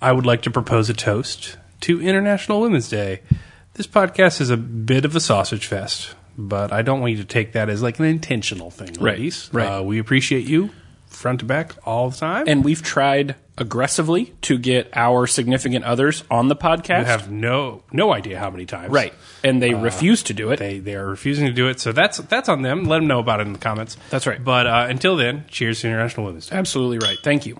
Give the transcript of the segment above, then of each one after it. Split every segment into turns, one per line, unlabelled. I would like to propose a toast to International Women's Day. This podcast is a bit of a sausage fest, but I don't want you to take that as like an intentional thing,
Right,
ladies.
right.
Uh, we appreciate you front to back all the time.
And we've tried aggressively to get our significant others on the podcast.
you have no no idea how many times.
right. And they refuse to do it.
They they are refusing to do it. So that's that's on them. Let them know about it in the comments.
That's right.
But uh, until then, cheers to International Women's Day.
Absolutely right. Thank you.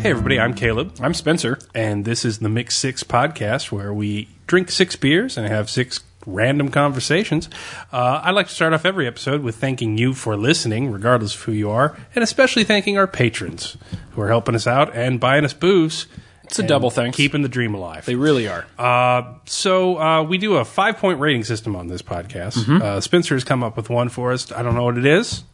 Hey everybody, I'm Caleb.
I'm Spencer.
and this is the Mix Six podcast where we drink six beers and have six random conversations. Uh, I'd like to start off every episode with thanking you for listening, regardless of who you are, and especially thanking our patrons who are helping us out and buying us booze.
It's a double thanks.
Keeping the dream alive.
they really are.
Uh, so uh, we do a five point rating system on this podcast. Uh, Spencer has come up with one for us. I don't know what it is,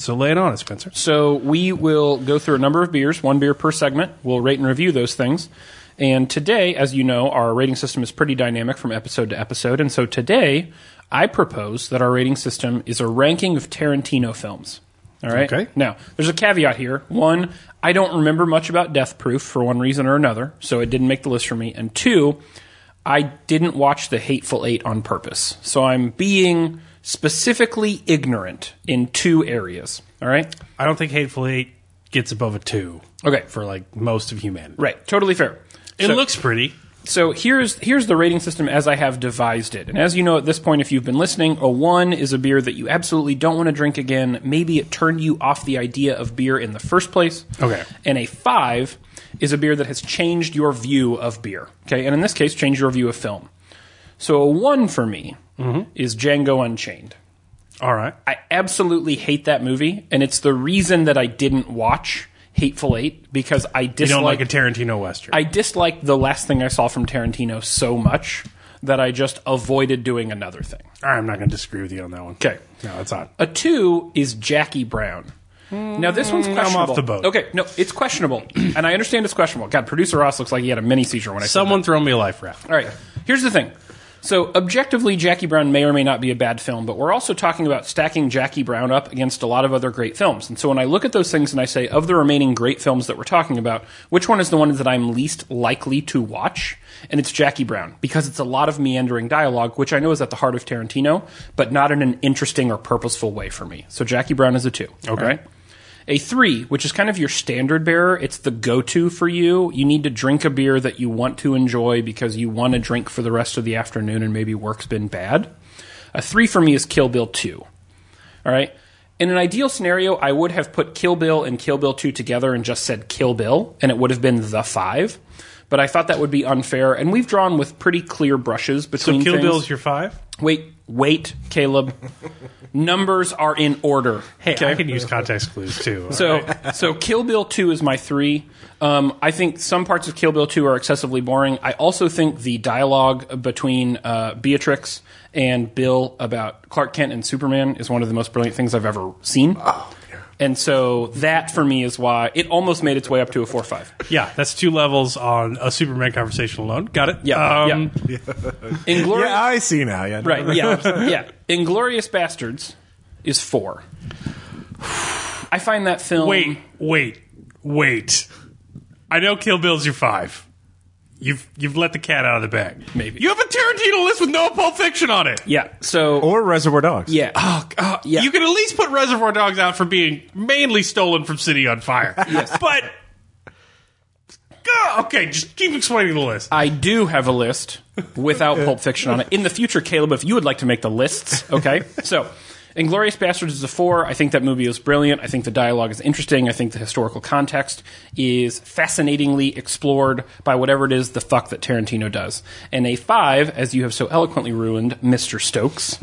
so lay it on us, Spencer.
So we will go through a number of beers, one beer per segment. We'll rate and review those things. And today, as you know, our rating system is pretty dynamic from episode to episode. And so today, I propose that our rating system is a ranking of Tarantino films. All right.
Okay.
Now, there's a caveat here. One, I don't remember much about Death Proof for one reason or another, so it didn't make the list for me. And two, I didn't watch The Hateful Eight on purpose. So I'm being specifically ignorant in two areas. All right.
I don't think Hateful Eight gets above a two
Okay.
for like most of humanity.
Right. Totally fair.
It
so,
looks pretty.
so here's here's the rating system as I have devised it. And as you know at this point if you've been listening, a 1 is a beer that you absolutely don't want to drink again. Maybe it turned you off the idea of beer in the first place.
Okay.
And a 5 is a beer that has changed your view of beer. Okay? And in this case changed your view of film. So a 1 for me
Mm-hmm.
is Django Unchained.
All right.
I absolutely hate that movie and it's the reason that I didn't watch Hateful Eight because I
You
dislike
don't like, a Tarantino Western.
I disliked the last thing I saw from Tarantino so much that I just avoided doing another thing.
All right, I'm not going to disagree with you on that one.
Okay. Uh,
No, it's on.
A two is Jackie Brown. Now this one's questionable.
Mm, off the boat.
Okay, no, it's questionable, and I understand it's questionable. God, producer Ross looks like he had a mini seizure when I said
Someone throw me a life raft.
All right. Here's the thing. So, objectively, Jackie Brown may or may not be a bad film, but we're also talking about stacking Jackie Brown up against a lot of other great films. And so, when I look at those things and I say, of the remaining great films that we're talking about, which one is the one that I'm least likely to watch? And it's Jackie Brown, because it's a lot of meandering dialogue, which I know is at the heart of Tarantino, but not in an interesting or purposeful way for me. So, Jackie Brown is a two. Okay. All right? A three, which is kind of your standard bearer, it's the go to for you. You need to drink a beer that you want to enjoy because you want to drink for the rest of the afternoon and maybe work's been bad. A three for me is Kill Bill 2. All right. In an ideal scenario, I would have put Kill Bill and Kill Bill 2 together and just said Kill Bill, and it would have been the five. But I thought that would be unfair, and we've drawn with pretty clear brushes between
So Kill
things.
Bill's your five?
wait, wait, Caleb. Numbers are in order.
Hey, I can use context clues too.
So, so Kill Bill Two is my three. Um, I think some parts of Kill Bill Two are excessively boring. I also think the dialogue between uh, Beatrix and Bill about Clark Kent and Superman is one of the most brilliant things I've ever seen.
Oh,
And so that for me is why it almost made its way up to a four five.
yeah, that's two levels on a Superman conversation alone. Got it?
Yeah,
Um,
yeah. Inglorious,
Yeah, I see now. Yeah,
right? Yeah, yeah. Inglorious Bastards is four. I find that film.
Wait, wait, wait. I know Kill Bill's your five. You've you've let the cat out of the bag.
Maybe.
you have a Tarantino list with no Pulp Fiction on it.
Yeah. So.
Or Reservoir Dogs.
yeah.
God,
Yeah.
Oh. You can at least put Reservoir Dogs out for being mainly stolen from City on Fire. Yes. But. Gah, okay, just keep explaining the list.
I do have a list without Pulp Fiction on it. In the future, Caleb, if you would like to make the lists, okay? So, Inglorious Bastards is a four. I think that movie is brilliant. I think the dialogue is interesting. I think the historical context is fascinatingly explored by whatever it is the fuck that Tarantino does. And a five, as you have so eloquently ruined, Mr. Stokes,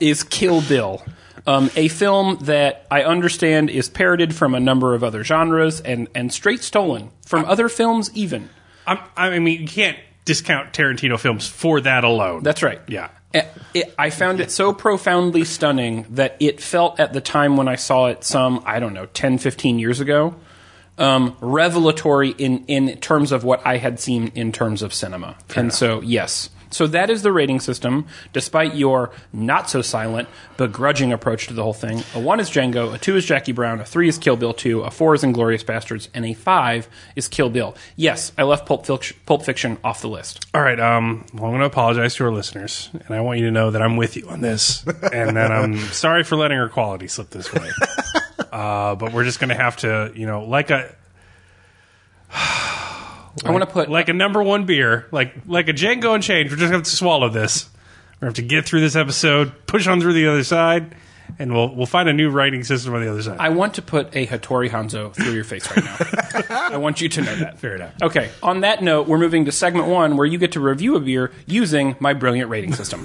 is Kill Bill. Um, a film that I understand is parodied from a number of other genres and, and straight stolen from other films, even.
I'm, I mean, you can't discount Tarantino films for that alone.
That's right.
Yeah.
A- It, I found it so profoundly stunning that it felt at the time when I saw it some, I don't know, 10, 15 years ago, um, revelatory in, in terms of what I had seen in terms of cinema. and so, yes. So that is the rating system, despite your not so silent, begrudging approach to the whole thing. A one is Django, a two is Jackie Brown, a three is Kill Bill 2, a four is Inglorious Bastards, and a five is Kill Bill. Yes, I left Pulp, Fic- Pulp Fiction off the list.
All right, um, well, I'm going to apologize to our listeners, and I want you to know that I'm with you on this, and that I'm sorry for letting our quality slip this way. Uh, but we're just going to have to, you know, like a
I want to put
like a number one beer, like like a Django Unchained. We're just going to have to swallow this. We're going to have to get through this episode, push on through the other side, and we'll we'll find a new writing system on the other side.
I want to put a Hattori Hanzo through your face right now. I want you to know that.
Fair enough.
Okay, on that note, we're moving to segment one where you get to review a beer using my brilliant rating system.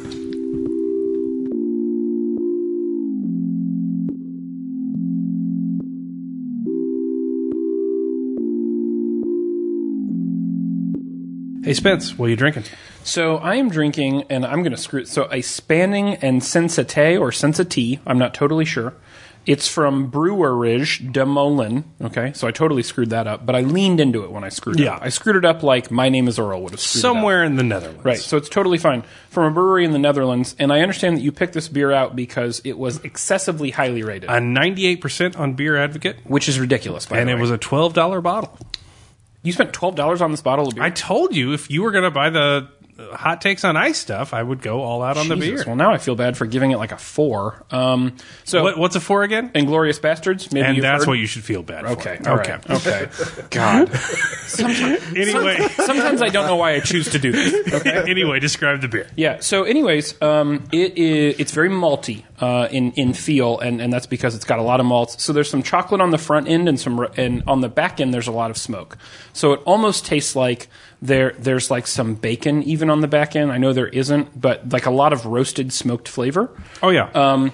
Hey Spence, what are you drinking?
So I am drinking, and I'm going to screw So a Spanning and Sensate or Sensate, I'm not totally sure. It's from Brewerage de Moulin. Okay, so I totally screwed that up, but I leaned into it when I screwed it
Yeah.
up. I screwed it up like My Name is Earl would have screwed it up.
Somewhere in the Netherlands,
Right. So it's totally fine. From a brewery in the Netherlands, and I understand that you picked this beer out because it was excessively highly rated,
A 98 percent on Beer Advocate,
which is ridiculous. By
and
the
it
way.
was a twelve dollar bottle.
you spent twelve dollars on this bottle of beer.
I told you if you were going to buy the uh, hot takes on ice stuff, I would go all out on the beer.
Jesus. Well, now I feel bad for giving it like a four. Um, so
What, what's a four again?
Inglorious Bastards. Maybe
And
you've
that's
heard-
what you should feel bad for.
Okay. all right, Okay. God. Sometimes,
Anyway,
sometimes I don't know why I choose to do this. Okay.
anyway, describe the beer.
Yeah. So, anyways, um, it is it's very malty uh, in in feel, and, and that's because it's got a lot of malts. So there's some chocolate on the front end, and some r- and on the back end there's a lot of smoke. So it almost tastes like there there's like some bacon even on the back end. I know there isn't, but like a lot of roasted smoked flavor.
Oh yeah.
Um,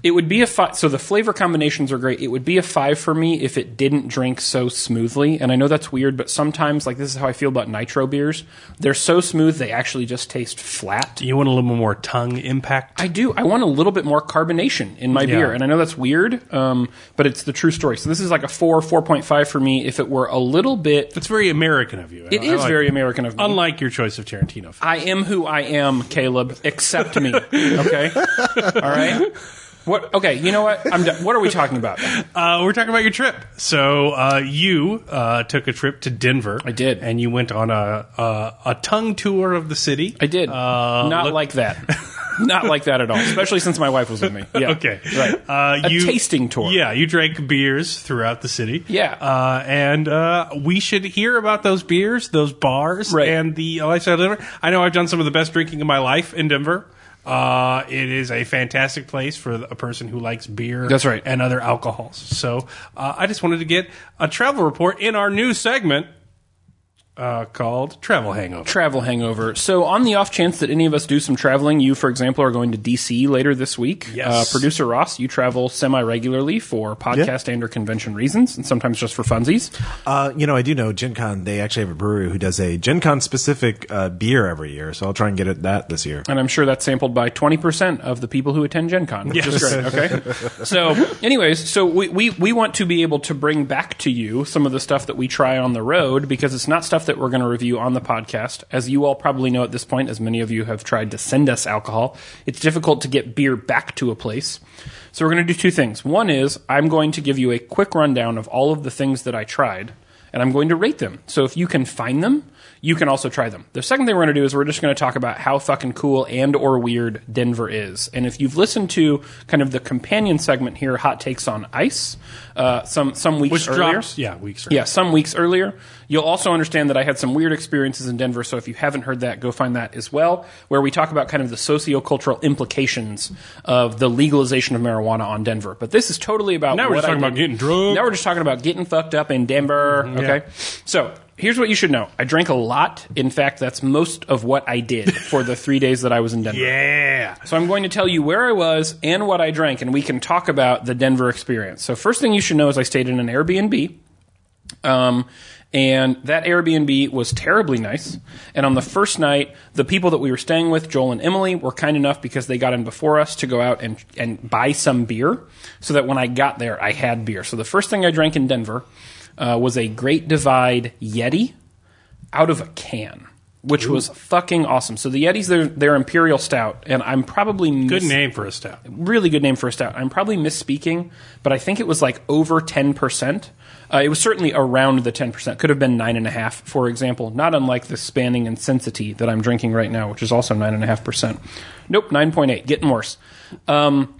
it would be a five. So the flavor combinations are great. It would be a five for me if it didn't drink so smoothly. And I know that's weird, but sometimes, like this is how I feel about nitro beers. They're so smooth they actually just taste flat.
you want a little more tongue impact?
I do. I want a little bit more carbonation in my
Yeah.
beer, and I know that's weird, um, but it's the true story. So this is like a four, four point five for me. If it were a little bit,
That's very American of you.
it is very American of me.
unlike your choice of Tarantino.
I am who I am, Caleb. Accept me, okay? All right. What? Okay. You know what? I'm. Done. What are we talking about?
Uh, we're talking about your trip. So uh, you uh, took a trip to Denver. I
did.
and you went on a a, a tongue tour of the city. Uh,
I did. Not like that. Not like that at all. Especially since my wife was with me. Yeah.
Okay.
Right.
Uh,
A tasting tour.
Yeah, you drank beers throughout the city.
Yeah.
Uh, and uh, we should hear about those beers, those bars,
Right.
and the lifestyle of Denver. I know I've done some of the best drinking of my life in Denver. Uh, it is a fantastic place for a person who likes beer
That's right.
and other alcohols. So uh, I just wanted to get a travel report in our new segment uh, called Travel Hangover.
Travel hangover. So, on the off chance that any of us do some traveling, you, for example, are going to DC later this week. Uh,
Yes.
producer Ross, you travel semi regularly for podcast and or convention reasons, and sometimes just for funsies.
Uh, you know, I do know Gen Con, they actually have a brewery who does a Gen Con specific uh, beer every year, so I'll try and get at that this year.
And I'm sure that's sampled by 20% of the people who attend Gen Con, which is great. Okay. so, anyways, so we, we, we want to be able to bring back to you some of the stuff that we try on the road because it's not stuff that we're going to review on the podcast. As you all probably know at this point, as many of you have tried to send us alcohol, it's difficult to get beer back to a place. So, we're going to do two things. One is I'm going to give you a quick rundown of all of the things that I tried and I'm going to rate them. So if you can find them, you can also try them. The second thing we're going to do is we're just going to talk about how fucking cool and or weird Denver is. And if you've listened to kind of the companion segment here, hot takes on ice, uh, some some weeks
Which
earlier,
drops, yeah, weeks earlier.
yeah, some weeks earlier. You'll also understand that I had some weird experiences in Denver, so if you haven't heard that, go find that as well, where we talk about kind of the sociocultural implications of the legalization of marijuana on Denver. But this is totally about
Now we're
what
just
I
talking
did-
about getting Mm-hmm. drunk.
Now we're just talking about getting fucked up in Denver. Okay, so. Here's what you should know. I drank a lot. In fact, that's most of what I did for the three days that I was in Denver.
Yeah.
So I'm going to tell you where I was and what I drank, and we can talk about the Denver experience. So first thing you should know is I stayed in an Airbnb. Um, and that Airbnb was terribly nice. And on the first night, the people that we were staying with, Joel and Emily, were kind enough because they got in before us to go out and, and buy some beer so that when I got there, I had beer. So the first thing I drank in Denver uh, was a Great Divide Yeti out of a can, which was fucking awesome. So the Yeti's their their Imperial Stout, and I'm probably
Good
mis-
name for a stout.
really good name for a stout. I'm probably misspeaking, but I think it was like over 10%. Uh, it was certainly around the 10%. Could have been 9.5, for example, not unlike the Spanning and Sensity that I'm drinking right now, which is also 9.5%. Nope, 9.8, getting worse. Um,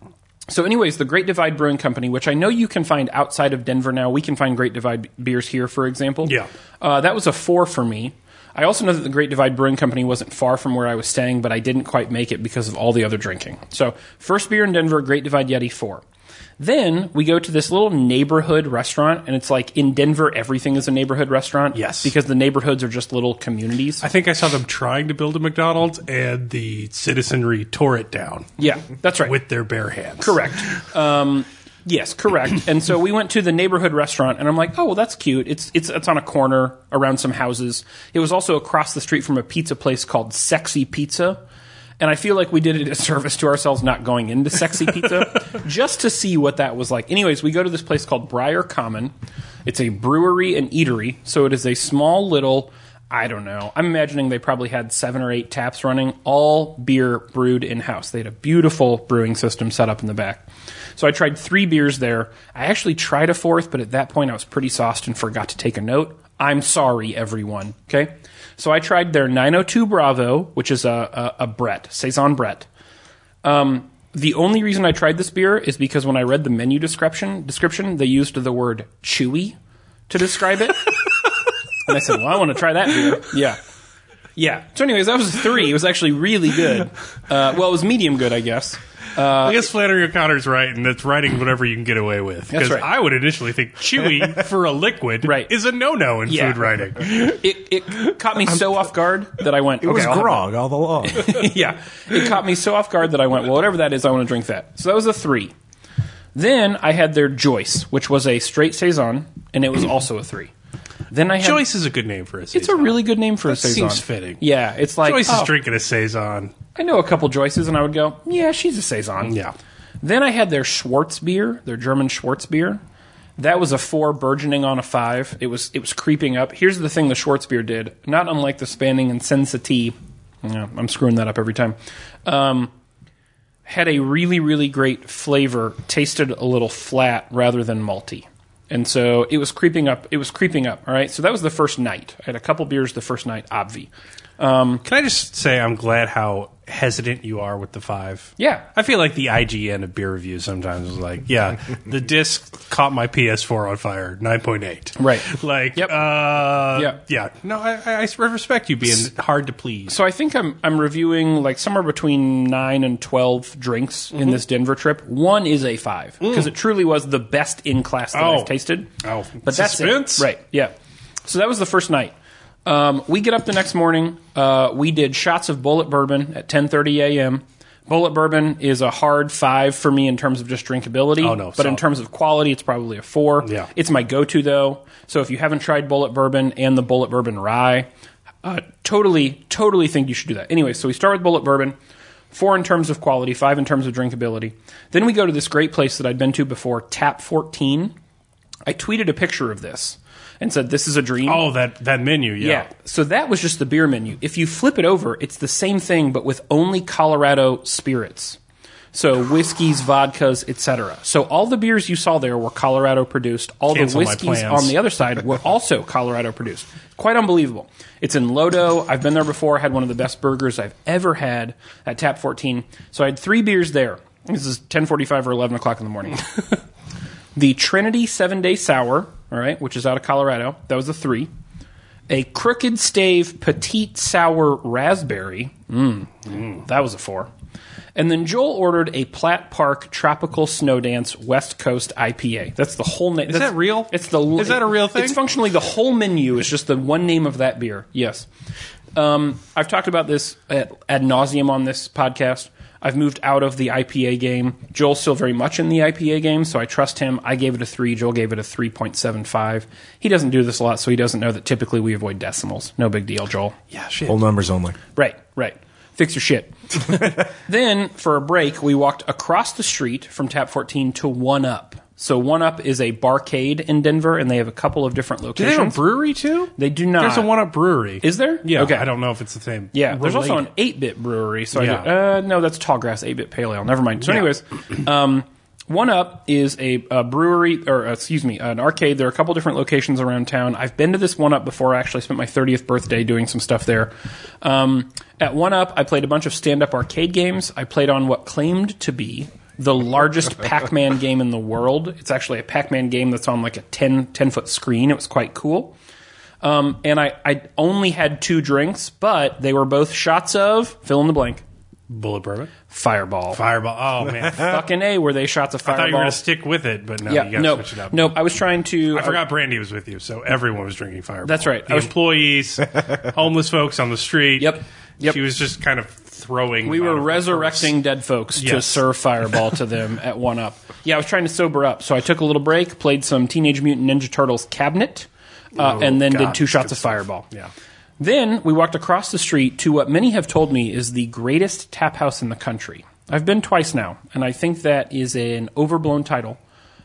so, anyways, the Great Divide Brewing Company, which I know you can find outside of Denver now, we can find Great Divide beers here, for example.
Yeah.
Uh, that was a four for me. I also know that the Great Divide Brewing Company wasn't far from where I was staying, but I didn't quite make it because of all the other drinking. So, first beer in Denver, Great Divide Yeti 4. Then we go to this little neighborhood restaurant, and it's like in Denver, everything is a neighborhood restaurant.
Yes.
Because the neighborhoods are just little communities.
I think I saw them trying to build a McDonald's, and the citizenry tore it down
yeah, that's right.
with their bare hands.
Correct. Um, yes, correct. And so we went to the neighborhood restaurant, and I'm like, oh, well, that's cute. It's it's it's on a corner around some houses. It was also across the street from a pizza place called Sexy Pizza. And I feel like we did it a service to ourselves not going into Sexy Pizza just to see what that was like. Anyways, we go to this place called Briar Common. It's a brewery and eatery, so it is a small little I don't know. I'm imagining they probably had seven or eight taps running, all beer brewed in house. They had a beautiful brewing system set up in the back. So I tried three beers there. I actually tried a fourth, but at that point I was pretty sauced and forgot to take a note. I'm sorry, everyone. Okay? So I tried their 902 Bravo, which is a, a, a Brett, Saison Brett. Um, the only reason I tried this beer is because when I read the menu description, description they used the word chewy to describe it. and I said, "Well, I want to try that beer." Yeah, yeah. So, anyways, that was a three. It was actually really good. Uh, well, it was medium good, I guess.
Uh, I guess Flannery O'Connor's right, and it's writing whatever you can get away with. Because
right.
I would initially think chewy for a liquid
Right.
is a no-no in
Yeah.
food writing.
It, it caught me so off guard that I went.
It was
okay, I'll have
grog all along.
yeah, it caught me so off guard that I went, well, whatever that is, I want to drink that. So that was a three. Then I had their Joyce, which was a straight saison, and it was also a three. Then I had
Joyce is a good name for a saison.
It's a really good name for a saison.
seems fitting.
Yeah, it's like
Joyce
oh,
is drinking a saison.
I know a couple Joyces, and I would go, yeah, she's a saison.
Yeah.
Then I had their Schwartz beer, their German Schwartz beer. That was a four burgeoning on a five. It was it was creeping up. Here's the thing: the Schwartz beer did not unlike the Spanning and Sensity. Yeah, I'm screwing that up every time. Um, had a really really great flavor. Tasted a little flat rather than malty, and so it was creeping up. It was creeping up. All right. So that was the first night. I had a couple beers the first night. Obvi.
Can I just say I'm glad how hesitant you are with the five?
Yeah.
I feel like the IGN of beer reviews sometimes is like, yeah, the disc caught my PS4 on fire, 9.8.
Right.
Like,
Yep.
uh,
Yep.
yeah. No, I, I- I respect you being hard to please.
So I think I'm I'm reviewing like somewhere between nine and twelve drinks
Mm-hmm.
in this Denver trip. One is a five because it truly was the best in class that
Mm. Oh.
I've tasted.
Oh.
but that's
Suspense.
it. right. Yeah. So that was the first night. Um, we get up the next morning. Uh, we did shots of bullet bourbon at 10:30 a.m. Bullet bourbon is a hard five for me in terms of just drinkability.
Oh, no,
But in
solid.
terms of quality, it's probably a four.
Yeah.
It's my go-to though. So if you haven't tried bullet bourbon and the bullet bourbon rye, uh, totally, totally think you should do that. Anyway, so we start with bullet bourbon. Four in terms of quality, five in terms of drinkability. Then we go to this great place that I'd been to before, Tap 14. I tweeted a picture of this and said, This is a dream.
Oh, that, that menu, yeah.
Yeah. So that was just the beer menu. If you flip it over, it's the same thing, but with only Colorado spirits. So whiskeys, vodkas, etc. So all the beers you saw there were Colorado produced. All
Cancel
the
my
whiskeys
plans.
on the other side were also Colorado produced. Quite unbelievable. It's in Lodo. I've been there before. Had one of the best burgers I've ever had at Tap 14. So I had three beers there. This is 10:45 or 11 o'clock in the morning. the Trinity Seven Day Sour, all right, which is out of Colorado. That was a three. A Crooked Stave Petite Sour Raspberry. Mm. That was a four. And then Joel ordered a Platt Park Tropical Snow Dance West Coast IPA. That's the whole name. Is
that real?
It's the
Is that a real thing?
It's functionally the whole menu is just the one name of that beer. Yes. Um, I've talked about this at, ad nauseum on this podcast. I've moved out of the IPA game. Joel's still very much in the IPA game, so I trust him. I gave it a three. Joel gave it a three point seven five. He doesn't do this a lot, so he doesn't know that typically we avoid decimals. No big deal, Joel.
Yeah, shit.
Whole numbers only.
Right, right. Fix your shit. then, for a break, we walked across the street from Tap 14 to One Up. So One Up is a barcade in Denver, and they have a couple of different
Do they
locations.
have a brewery too?
They do not.
There's a one up brewery.
Is there?
Yeah.
Okay.
I don't know if it's the same.
Yeah, there's also an
Related.
8 bit brewery. So
Yeah.
I did- uh, no, that's Tallgrass 8 bit Pale Ale. Never mind. So, anyways, um, One Up is a, a brewery, or uh, excuse me, an arcade. There are a couple different locations around town. I've been to this One Up before. I actually spent my 30th birthday doing some stuff there. Um, at One Up, I played a bunch of stand up arcade games. I played on what claimed to be the largest Pac Man game in the world. It's actually a Pac Man game that's on like a 10, 10 foot screen. It was quite cool. Um, and I, I only had two drinks, but they were both shots of fill in the blank
Bullet bourbon.
fireball.
Fireball. Oh, man. I
Fucking A, were they shots of
thought you were
fireball?
going to stick with it, but no, you
yeah,
got to
no,
switch it up.
no. I was trying to. uh,
I forgot Brandy was with you, so everyone was drinking Fireball.
That's right.
The
I was-
employees, homeless folks on the street.
Yep. Yep.
She was just kind of throwing.
we
them out
were
of her
resurrecting dead folks to
Yes.
serve fireball to them at one up. Yeah, I was trying to sober up, so I took a little break, played some Teenage Mutant Ninja Turtles cabinet, uh,
Oh,
and then
God,
did two
that's
shots
good
of
stuff.
fireball.
Yeah.
Then we walked across the street to what many have told me is the greatest tap house in the country. I've been twice now, and I think that is an overblown title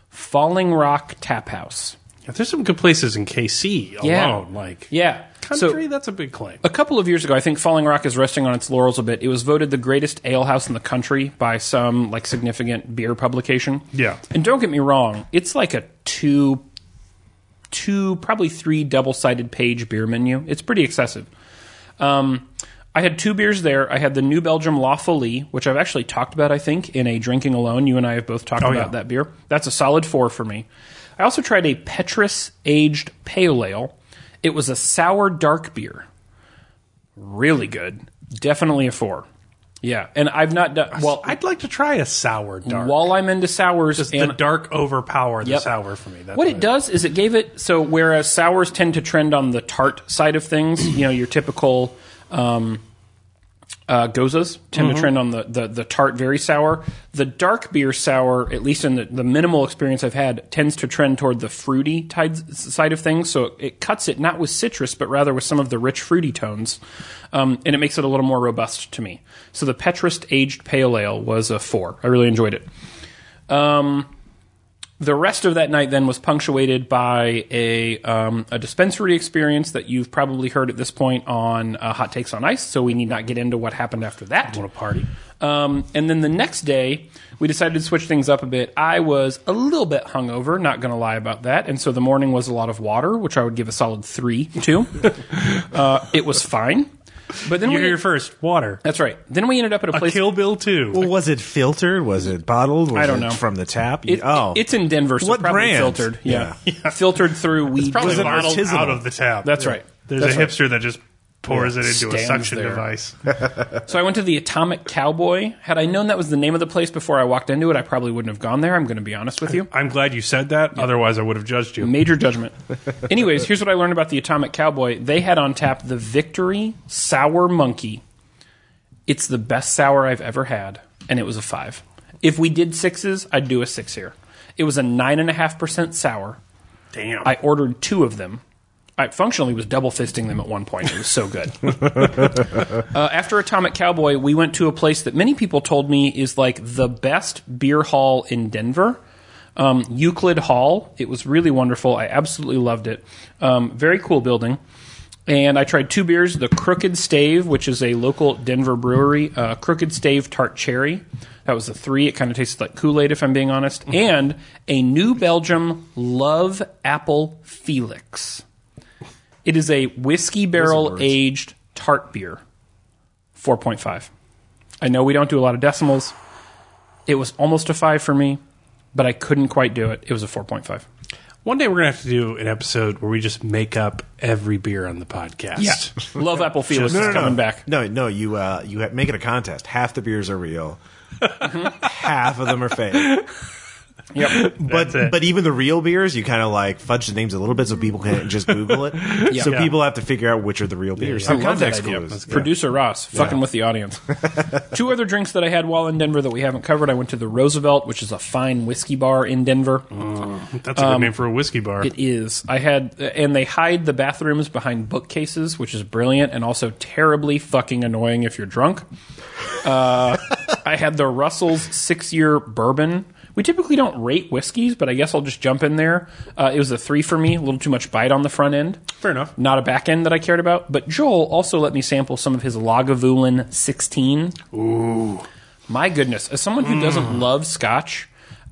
Falling Rock Tap House.
Yeah, there's some good places in KC alone.
Yeah.
Like
Yeah. So-
country, that's a big claim.
a couple of years ago, I think Falling Rock is resting on its laurels a bit. It was voted the greatest ale house in the country by some like significant beer publication.
Yeah.
And don't get me wrong, it's like a two two probably three double-sided page beer menu. It's pretty excessive. Um I had two beers there. I had the New Belgium Lawfully, which I've actually talked about, I think, in a Drinking Alone. You and I have both talked about
Oh, yeah.
that beer. That's a solid four for me. I also tried a Petrus aged pale ale. It was a sour dark beer really good. Definitely a four. Yeah, and I've not done well.
I'd like to try a sour dark.
While I'm into sours,
the
and
dark overpower the
Yep.
sour for me. That's
what it does is it gave it so whereas sours tend to trend on the tart side of things, you know, your typical um, uh, gozas tend to trend on the, the the tart, very sour. The dark beer sour, at least in the, the minimal experience I've had, tends to trend toward the fruity tides, side of things. So it, cuts it not with citrus, but rather with some of the rich fruity tones, um, and it makes it a little more robust to me. So the Petrist aged pale ale was a four. I really enjoyed it. The rest of that night then was punctuated by a um, a dispensary experience that you've probably heard at this point on uh, Hot Takes on Ice. So we need not get into what happened after that.
want to party.
Um, and then the next day, we decided to switch things up a bit. I was a little bit hungover, not going to lie about that. And so the morning was a lot of water, which I would give a solid three to. uh, it was fine. But then
You're
we.
here first. Water.
that's right. Then we ended up at a
A
place.
Kill Bill too.
Well, was it filtered? Was it bottled? Was
I don't
it
know.
From the tap?
It-
oh,
It's in Denver, so
What
probably
brand?
filtered. Yeah. filtered through weed.
probably
was it
bottled
artisanal?
out of the tap.
That's right.
There's
That's
a
right.
hipster that just pours it into a
Stands
suction
there.
device.
So I went to the Atomic Cowboy. Had I known that was the name of the place before I walked into it, I probably wouldn't have gone there. I'm going to be honest with you.
I'm glad you said that. Otherwise, I would have judged you.
Major judgment. Anyways, here's what I learned about the Atomic Cowboy. They had on tap the Victory Sour Monkey. It's the best sour I've ever had, and it was a five. If we did sixes, I'd do a six here. It was a nine and a half percent sour.
Damn.
I ordered two of them. I functionally was double fisting them at one point. It was so good. uh, after Atomic Cowboy, we went to a place that many people told me is like the best beer hall in Denver. Um, Euclid Hall. It was really wonderful. I absolutely loved it. Um, very cool building. And I tried two beers the Crooked Stave, which is a local Denver brewery, uh, Crooked Stave Tart Cherry. That was a three. It kind of tasted like Kool Aid, if I'm being honest. And a New Belgium Love Apple Felix. It is a whiskey barrel aged tart beer. 4.5. I know we don't do a lot of decimals. It was almost a 5 for me, but I couldn't quite do it. It was a 4.5.
One day we're gonna have to do an episode where we just make up every beer on the podcast.
Love Apple Felix is coming back.
No, no, you uh, you ha- make it a contest. Half the beers are real. Mm-hmm. Half of them are fake.
Yep.
But
it.
but even the real beers, you kind of like fudge the names a little bit so people can't just Google it. So
Yeah.
people have to figure out which are the real beers.
I
Some
love that
context
idea.
clues. Yeah.
Producer Ross fucking with the audience. Two other drinks that I had while in Denver that we haven't covered. I went to the Roosevelt, which is a fine whiskey bar in Denver.
That's a good name for a whiskey bar.
Um, It is. I had, and they hide the bathrooms behind bookcases, which is brilliant and also terribly fucking annoying if you're drunk. Uh, I had the Russell's six year bourbon, We typically don't rate whiskeys, but I guess I'll just jump in there. Uh, it was a three for me, a little too much bite on the front end.
Fair enough.
Not a back end that I cared about. But Joel also let me sample some of his Lagavulin 16. Ooh. My goodness. As someone who doesn't love scotch,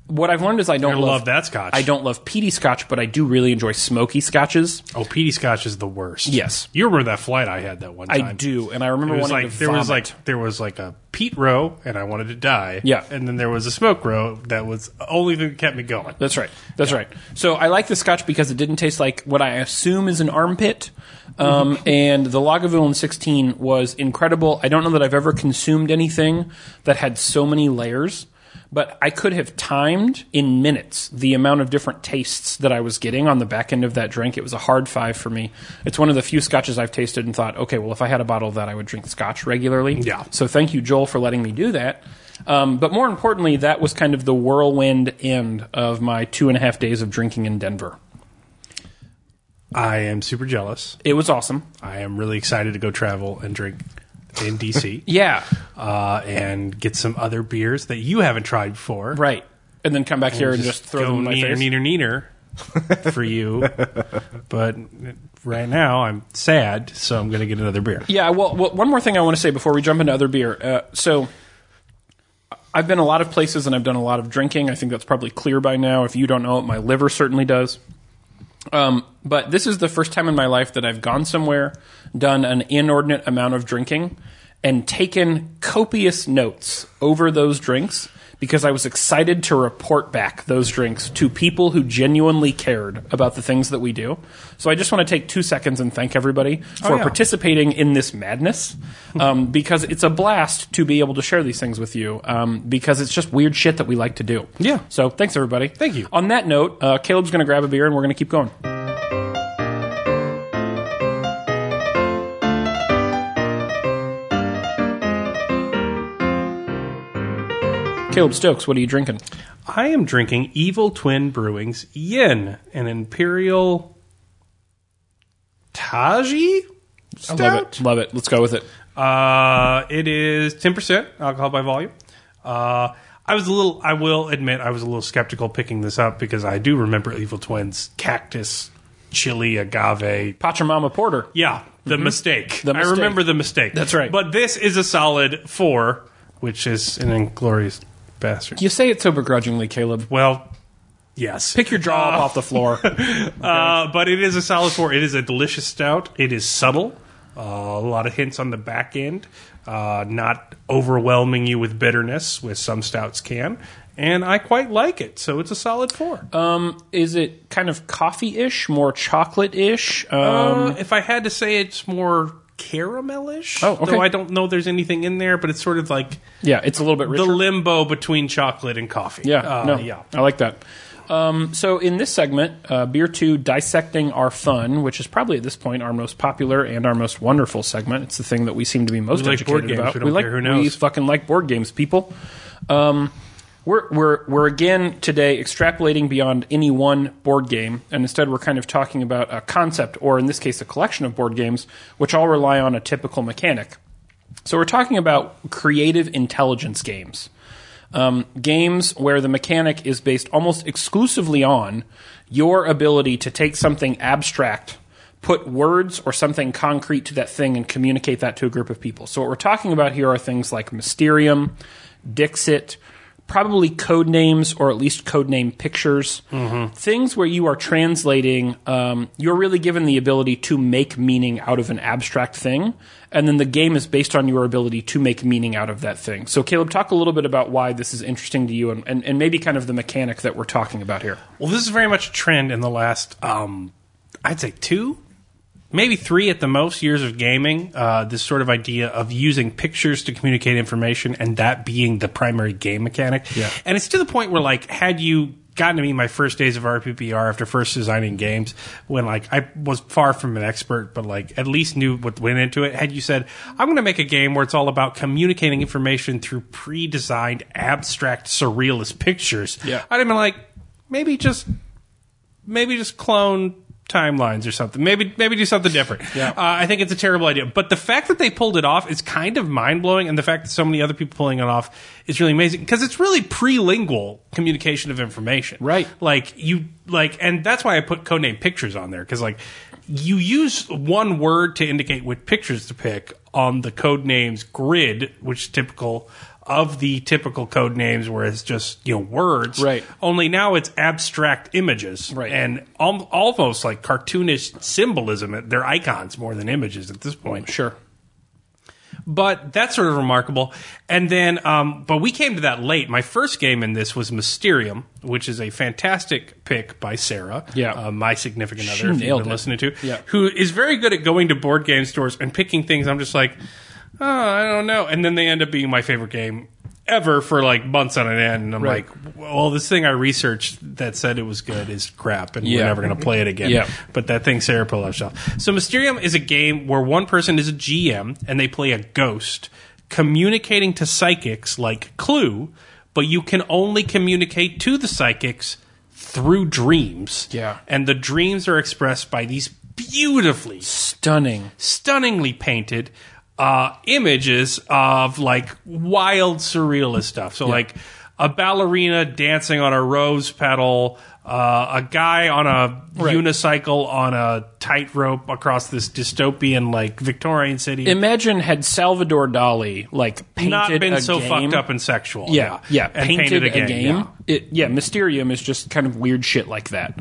what I've learned is I don't
I Mm. love that scotch.
I don't love peaty scotch, but I do really enjoy smoky scotches.
Oh, peaty scotch is the worst.
Yes.
you remember that flight I had that one time?
I do, and I remember
It was
wanting
like
to
there was
vomit.
like there was like a peat row, and I wanted to die.
Yeah.
and then there was a smoke row that was only thing that kept me going.
That's right. That's right. So I like the Scotch because it didn't taste like what I assume is an armpit. Um, and the Lagavulin 16 was incredible. I don't know that I've ever consumed anything that had so many layers, but I could have timed in minutes the amount of different tastes that I was getting on the back end of that drink. It was a hard five for me. It's one of the few Scotches I've tasted and thought, okay, well, if I had a bottle of that, I would drink Scotch regularly.
Yeah.
So thank you, Joel, for letting me do that. Um, but more importantly, that was kind of the whirlwind end of my two and a half days of drinking in Denver.
I am super jealous.
It was awesome.
I am really excited to go travel and drink in DC.
Yeah.
uh, and get some other beers that you haven't tried before.
Right. And then come back here and just, throw
go
them in my
neener,
face.
neener, neener for you. but right now I'm sad, so I'm going to get another beer.
Yeah. Well, well, one more thing I want to say before we jump into other beer. Uh, so I've been a lot of places and I've done a lot of drinking. I think that's probably clear by now. If you don't know it, my liver certainly does. Um, but this is the first time in my life that I've gone somewhere, done an inordinate amount of drinking, and taken copious notes over those drinks because I was excited to report back those drinks to people who genuinely cared about the things that we do. So I just want to take two seconds and thank everybody for
Oh, yeah.
participating in this madness um, because it's a blast to be able to share these things with you um, because it's just weird shit that we like to do.
Yeah.
So thanks, everybody.
Thank you.
On that note, uh, Caleb's going to grab a beer and we're going to keep going. Caleb Stokes, what are you drinking?
I am drinking Evil Twin Brewing's Yin, an Imperial Taji. Stout?
I love it. Love it. Let's go with it.
Uh, it is ten percent alcohol by volume. Uh, I was a little. I will admit, I was a little skeptical picking this up because I do remember Evil Twins cactus, chili, agave.
Pachamama Porter.
Yeah, the mistake.
Mm-hmm. The
I
mistake.
remember the mistake.
That's right.
But this is a solid four, which is an inglorious bastard.
You say it so begrudgingly, Caleb.
Well, yes.
Pick your jaw up off the floor.
Uh, but it is a solid four. It is a delicious stout. It is subtle. Uh, a lot of hints on the back end, uh, not overwhelming you with bitterness, which some stouts can. And I quite like it, so it's a solid four.
Um, Is it kind of coffee ish, more chocolate ish? Um,
Uh, if I had to say, it's more caramelish.
Oh, okay.
Though I don't know there's anything in there, but it's sort of like
yeah, it's a little bit richer.
the limbo between chocolate and coffee.
Yeah,
Uh,
no,
yeah.
I like that. Um, so in this segment, uh, beer two dissecting our fun, which is probably at this point our most popular and our most wonderful segment. It's the thing that we seem to be most
We like
educated
board games.
about.
We don't
like
care who knows.
we fucking like board games, people. Um, we're we're we're again today extrapolating beyond any one board game, and instead we're kind of talking about a concept, or in this case, a collection of board games, which all rely on a typical mechanic. So we're talking about creative intelligence games um, games where the mechanic is based almost exclusively on your ability to take something abstract, put words or something concrete to that thing, and communicate that to a group of people. So, what we're talking about here are things like Mysterium, Dixit. Probably code names or at least code name pictures,
Mm-hmm.
things where you are translating. Um, you're really given the ability to make meaning out of an abstract thing, and then the game is based on your ability to make meaning out of that thing. So, Caleb, talk a little bit about why this is interesting to you and, and, and maybe kind of the mechanic that we're talking about here.
Well, this is very much a trend in the last, um, I'd say two, maybe three at the most years of gaming. Uh, this sort of idea of using pictures to communicate information and that being the primary game mechanic. Yeah. And it's to the point where, like, had you gotten to me my first days of RPPR after first designing games, when, like, I was far from an expert, but, like, at least knew what went into it, had you said, I'm going to make a game where it's all about communicating information through pre designed, abstract, surrealist pictures,
Yeah.
I'd have been like, maybe just maybe just clone timelines or something. Maybe maybe do something different.
Yeah.
Uh, I think it's a terrible idea, but the fact that they pulled it off is kind of mind blowing, and the fact that so many other people pulling it off is really amazing because it's really prelingual communication of information.
Right.
Like you like, and that's why I put codename pictures on there because like you use one word to indicate what pictures to pick on the codenames grid, which is typical. Of the typical code names, where it's just you know words,
Right.
only now it's abstract images
Right.
and al- almost like cartoonish symbolism. They're icons more than images at this point.
Sure.
But that's sort of remarkable. And then, um, but we came to that late. My first game in this was Mysterium, which is a fantastic pick by Sarah,
Yeah.
uh, my significant other, if you've
nailed
been
it.
listening to,
Yeah.
who is very good at going to board game stores and picking things. I'm just like, oh, I don't know. And then they end up being my favorite game ever for like months on an end. And I'm
Right.
like, well, this thing I researched that said it was good is crap, and
Yeah.
we're never going to play it again.
Yeah.
But that thing Sarah pulled off shelf. So Mysterium is a game where one person is a GM and they play a ghost communicating to psychics like Clue, but you can only communicate to the psychics through dreams.
Yeah.
And the dreams are expressed by these beautifully
Stunning.
stunningly painted uh, images of like wild surrealist stuff. So like a ballerina dancing on a rose petal, uh, a guy on a unicycle on a tightrope across this dystopian like Victorian city.
Imagine had Salvador Dali like painted
not been
a
so
game.
fucked up and sexual.
Yeah, yeah.
And
painted, a game.
yeah.
It, yeah, Mysterium is just kind of weird shit like that.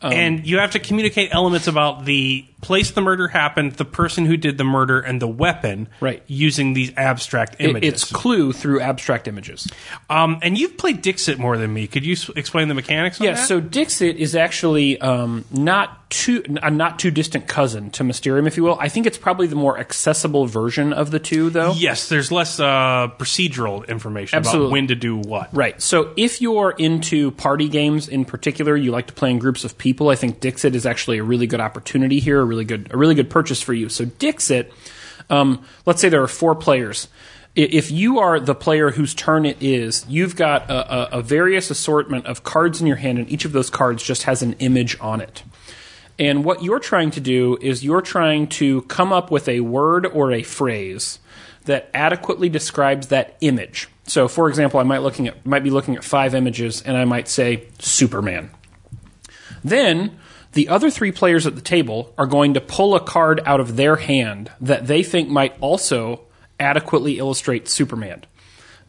Um,
and you have to communicate elements about the place the murder happened, the person who did the murder, and the weapon
Right.
using these abstract
It-
images.
it's Clue through abstract images.
Um, and you've played Dixit more than me. Could you s- explain the mechanics? On
Yeah,
that?
so Dixit is actually um, not too a not too distant cousin to Mysterium, if you will. I think it's probably the more accessible version of the two, though.
yes, there's less uh, procedural information
Absolutely.
about when to do what.
Right. So if you're into party games in particular, you like to play in groups of people, I think Dixit is actually a really good opportunity here, a really good a really good purchase for you. So Dixit, um, let's say there are four players. I- If you are the player whose turn it is, you've got a, a, a various assortment of cards in your hand, and each of those cards just has an image on it. And what you're trying to do is you're trying to come up with a word or a phrase that adequately describes that image. So, for example, I might looking at might be looking at five images, and I might say Superman. Then the other three players at the table are going to pull a card out of their hand that they think might also adequately illustrate Superman.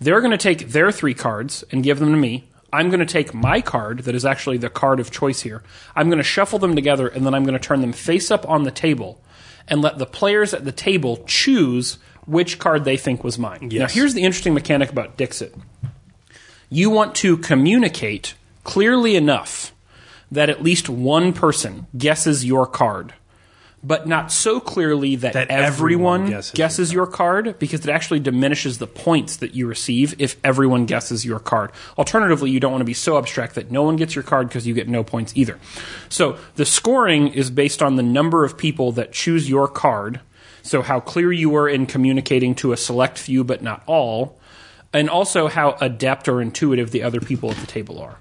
They're going to take their three cards and give them to me. I'm going to take my card, that is actually the card of choice here. I'm going to shuffle them together and then I'm going to turn them face up on the table and let the players at the table choose which card they think was mine. Now, here's the interesting mechanic about Dixit you want to communicate clearly enough that at least one person guesses your card, but not so clearly that,
That
everyone,
everyone
guesses,
guesses
your card because it actually diminishes the points that you receive if everyone guesses your card. Alternatively, you don't want to be so abstract that no one gets your card because you get no points either. So the scoring is based on the number of people that choose your card. So, how clear you were in communicating to a select few, but not all, and also how adept or intuitive the other people at the table are.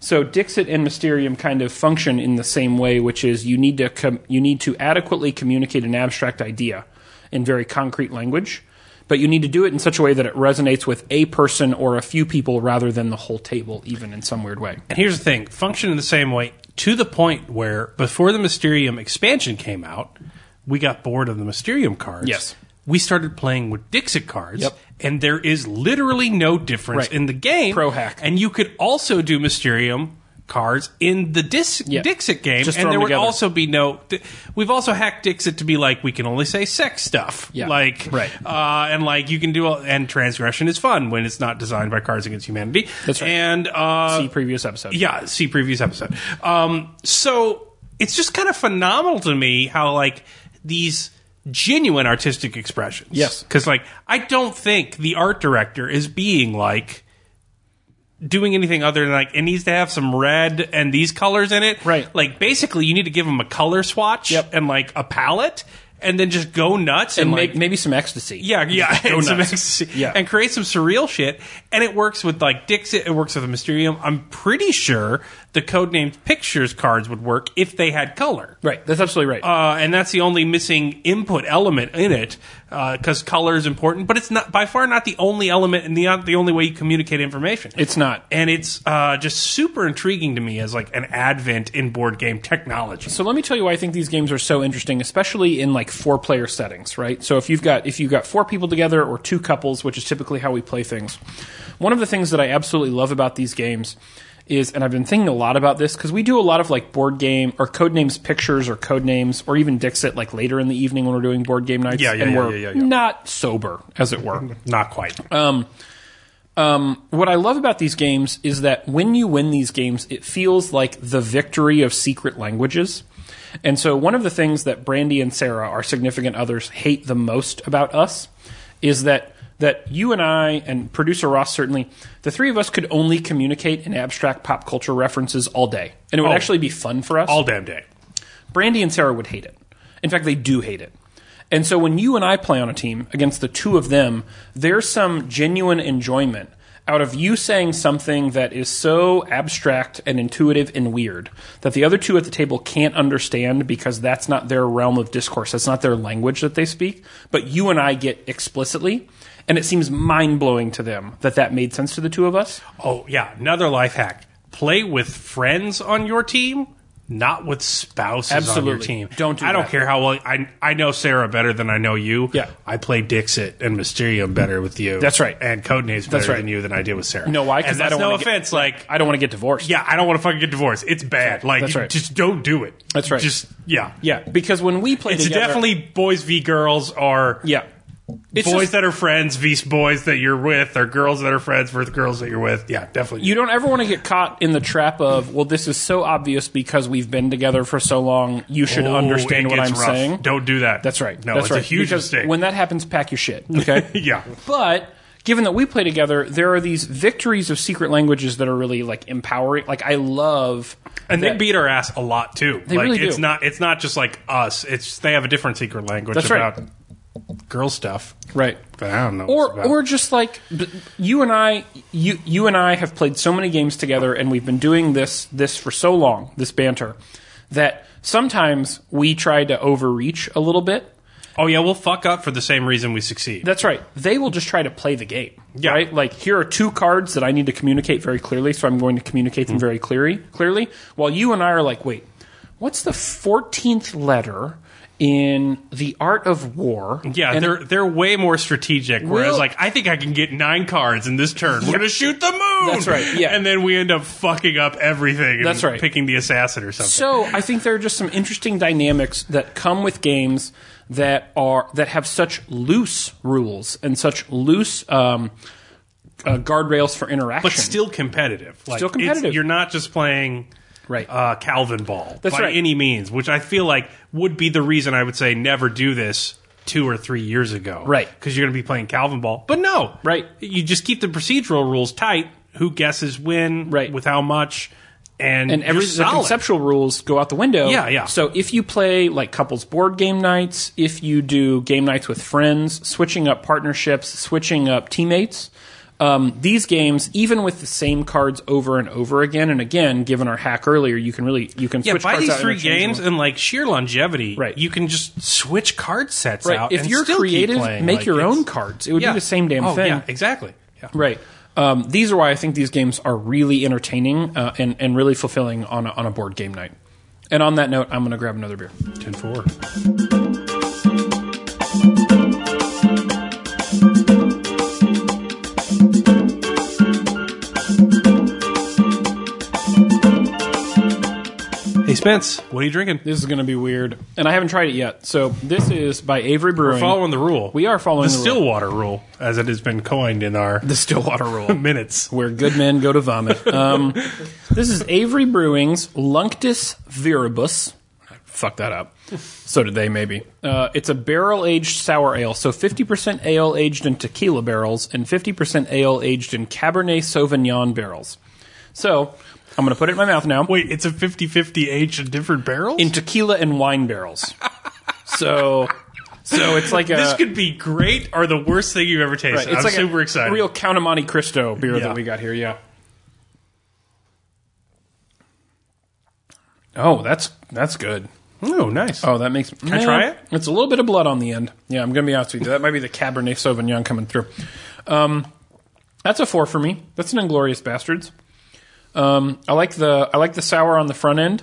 So Dixit and Mysterium kind of function in the same way, which is you need to com- you need to adequately communicate an abstract idea in very concrete language, but you need to do it in such a way that it resonates with a person or a few people rather than the whole table, even in some weird way.
And here's the thing: function in the same way to the point where before the Mysterium expansion came out, we got bored of the Mysterium cards.
Yes.
We started playing with Dixit cards,
Yep.
and there is literally no difference
Right.
in the game.
Pro hack.
And you could also do Mysterium cards in the Dis-
Yeah.
Dixit game,
Just throw
and there
them
would
together.
also be no. th- We've also hacked Dixit to be like we can only say sex stuff,
Yeah.
like
Right.
uh, and like you can do. all- And transgression is fun when it's not designed by Cards Against Humanity.
That's right.
And uh,
See previous episode.
yeah, see previous episode. Um, so it's just kind of phenomenal to me how like these genuine artistic expressions.
Yes.
because like I don't think the art director is being like doing anything other than like it needs to have some red and these colors in it.
Right.
Like basically, you need to give them a color swatch
Yep.
and like a palette. and then just go nuts and,
and
like
may- maybe some ecstasy.
yeah, yeah,
go
and some
nuts.
ecstasy,
Yeah.
and create some surreal shit. And it works with like Dixit. It works with the Mysterium. I'm pretty sure the Codenamed Pictures cards would work if they had color.
right. That's absolutely right.
Uh, and that's the only missing input element in it, because color is important, but it's not by far not the only element and the not the only way you communicate information.
it's not.
and it's uh, just super intriguing to me as like an advent in board game technology.
So let me tell you why I think these games are so interesting, especially in like four player settings, right? So if you've got if you've got four people together or two couples, which is typically how we play things. One of the things that I absolutely love about these games is and I've been thinking a lot about this because we do a lot of like board game or code names pictures or code names or even Dixit like later in the evening when we're doing board game nights
Yeah, yeah,
and
yeah,
we're
yeah, yeah, yeah.
not sober as it were.
Not quite.
Uh, Um, what I love about these games is that when you win these games, it feels like the victory of secret languages. And so, one of the things that Brandy and Sarah, our significant others, hate the most about us is that that you and I and producer Ross certainly, the three of us could only communicate in abstract pop culture references all day, and it would
Oh.
actually be fun for us.
All damn day.
Brandy and Sarah would hate it. In fact, they do hate it. And so when you and I play on a team against the two of them, there's some genuine enjoyment out of you saying something that is so abstract and intuitive and weird that the other two at the table can't understand because that's not their realm of discourse. That's not their language that they speak. But you and I get explicitly. And it seems mind blowing to them that that made sense to the two of us.
Oh yeah, another life hack: play with friends on your team, not with spouses on your
Absolutely.
team.
Don't do
I don't
that.
care how well I I know Sarah better than I know you.
Yeah.
I play Dixit and Mysterium better with you.
That's right.
And Codenames better
right.
than you than I did with Sarah.
know why? 'Cause
And
I
that's
don't
no
wanna get-
offense. like
I don't want to get divorced.
yeah, I don't want to fucking get divorced. It's bad. Like
That's
you
right.
just don't do it.
That's right.
Just yeah.
Yeah. Because when we play
It's
together.
definitely boys v girls or
Yeah. It's
boys
just-
that are friends v boys that you're with or girls that are friends versus girls that you're with. Yeah, definitely.
you don't ever want to get caught in the trap of well this is so obvious because we've been together for so long you should
Oh,
understand
it
what
gets
i'm
rough.
saying
Don't do that.
that's right
No,
that's
it's
right
a huge
because
mistake.
when that happens pack your shit okay
yeah.
but given that we play together there are these victories of secret languages that are really like empowering like i love
And they
that-
beat our ass a lot too. like
really
it's
do.
not it's not just like us. It's they have a different secret language
That's right.
about girl stuff.
right
But I don't know. what
or
it's about.
or just like b- you and I you you and I have played so many games together and we've been doing this this for so long this banter that sometimes we try to overreach a little bit
oh yeah, we'll fuck up for the same reason we succeed.
that's right they will just try to play the game
Yeah.
right like here are two cards that I need to communicate very clearly so I'm going to communicate
Hmm.
them very clearly clearly while you and I are like wait what's the 14th letter in the art of war
yeah,
And-
they're they're way more strategic. Whereas,
We'll-
like, I think I can get nine cards in this turn. We're gonna shoot the moon.
That's right, yeah.
and then we end up fucking up everything. And
That's right.
Picking the assassin or something.
So I think there are just some interesting dynamics that come with games that are that have such loose rules and such loose um, uh, guardrails for interaction.
but still competitive. Like,
Still
it's-
competitive.
You're not just playing
Right.
uh, Calvin Ball
That's
by
right.
any means, which I feel like would be the reason I would say never do this two or three years ago.
Right.
Because you're going to be playing Calvin Ball. But no.
Right.
You just keep the procedural rules tight. Who guesses when,
Right.
with how much, and,
and every
you're
the
solid.
conceptual rules go out the window.
Yeah, yeah.
So if you play like couples board game nights, if you do game nights with friends, switching up partnerships, switching up teammates, um, these games, even with the same cards over and over again and again, given our hack earlier, you can really you can
Yeah,
switch
by
cards
these
out
three
interchangeably.
games and like sheer longevity,
Right.
you can just switch card sets
Right.
out.
If
and
you're
still keep
creative,
playing.
make
Like,
your
it's-
own cards. It would
Yeah.
be the same damn
Oh,
thing.
Yeah, exactly. Yeah.
Right. Um, these are why I think these games are really entertaining uh, and, and really fulfilling on a, on a board game night. And on that note, I'm going to grab another beer.
10 4. Hey, Spence, what are you drinking?
This is going to be weird. And I haven't tried it yet. So this is by Avery Brewing.
Following the rule.
We are following
the,
the rule.
Stillwater rule. as it has been coined in our
the Stillwater Rule,
minutes.
where good men go to vomit. Um, this is Avery Brewing's Lunctus Viribus. Fuck that up. So did they, maybe. Uh, it's a barrel aged sour ale. So 50% ale aged in tequila barrels and 50% ale aged in Cabernet Sauvignon barrels. So I'm going to put it in my mouth now.
Wait, it's a 50 50 age in different barrels?
In tequila and wine barrels. So So it's like a
this could be great or the worst thing you've ever tasted.
uh, right, it's
I'm
like a
super excited.
Real Count of Monte Cristo beer
Yeah.
that we got here. Yeah. Oh, that's that's good.
oh, nice.
Oh, that makes. Can
I try it?
It's a little bit of blood on the end. Yeah, I'm gonna be honest with you. That might be the Cabernet Sauvignon coming through. Um, that's a four for me. That's an Inglorious Bastards. Um, I like the I like the sour on the front end.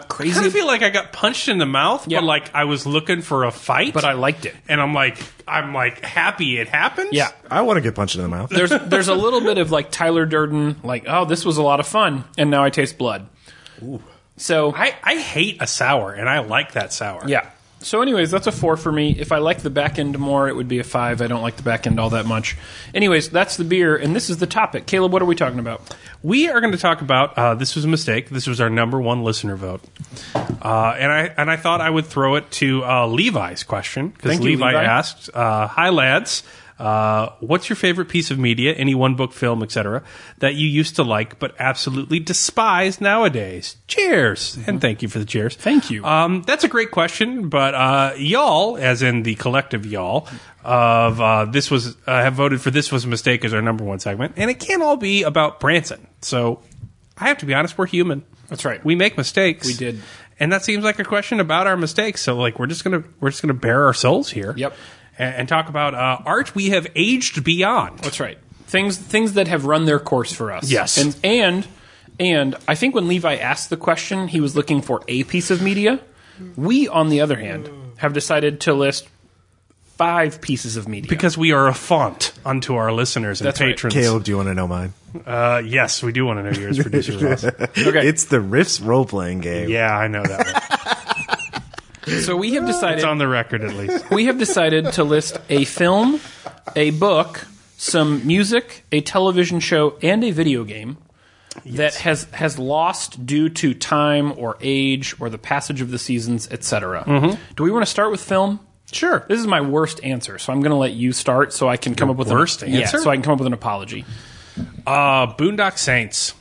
I kind
crazy,
of feel like I got punched in the mouth,
Yeah.
but like I was looking for a fight,
but I liked it.
and I'm like, I'm like happy it happened.
Yeah,
I want to get punched in the mouth.
there's there's a little bit of like Tyler Durden, like oh this was a lot of fun, and now I taste blood. So
I, I hate a sour, and I like that sour.
Yeah. So, anyways, that's a four for me. If I like the back end more, it would be a five. I don't like the back end all that much. Anyways, that's the beer, and this is the topic. Caleb, what are we talking about?
We are going to talk about uh, this was a mistake. This was our number one listener vote, uh, and I and I thought I would throw it to uh, Levi's question because
Thank you,
Levi,
Levi.
asked, uh, "Hi lads, uh, what's your favorite piece of media, any one book, film, etc., that you used to like but absolutely despise nowadays?" Cheers, and thank you for the cheers.
Mm-hmm. Thank you.
Um, that's a great question, but uh, y'all, as in the collective y'all, of uh, this was uh, have voted for this was a mistake as our number one segment, and it can't all be about Branson. So I have to be honest, we're human.
That's right.
We make mistakes.
We did.
and that seems like a question about our mistakes. So like we're just gonna we're just gonna bare our souls here.
Yep.
And, and talk about uh, art we have aged beyond.
That's right. Things things that have run their course for us.
Yes.
And and and I think when Levi asked the question, he was looking for a piece of media. We, on the other hand, have decided to list five pieces of media.
Because we are a font unto our listeners and
That's right.
patrons.
Caleb, do you want to know mine?
Uh, yes, we do want to know yours, producer Ross.
Okay.
It's the Riffs role playing game.
Yeah, I know that. One.
so we have decided
It's on the record at least.
we have decided to list a film, a book, some music, a television show, and a video game that has has lost due to time or age or the passage of the seasons, etc. Do we want to start with film?
Mm-hmm. Sure.
This is my worst answer, so I'm going to let you start so I can come up with
worst
an, yeah,
answer?
so I can come up with an apology.
Uh, Boondock Saints.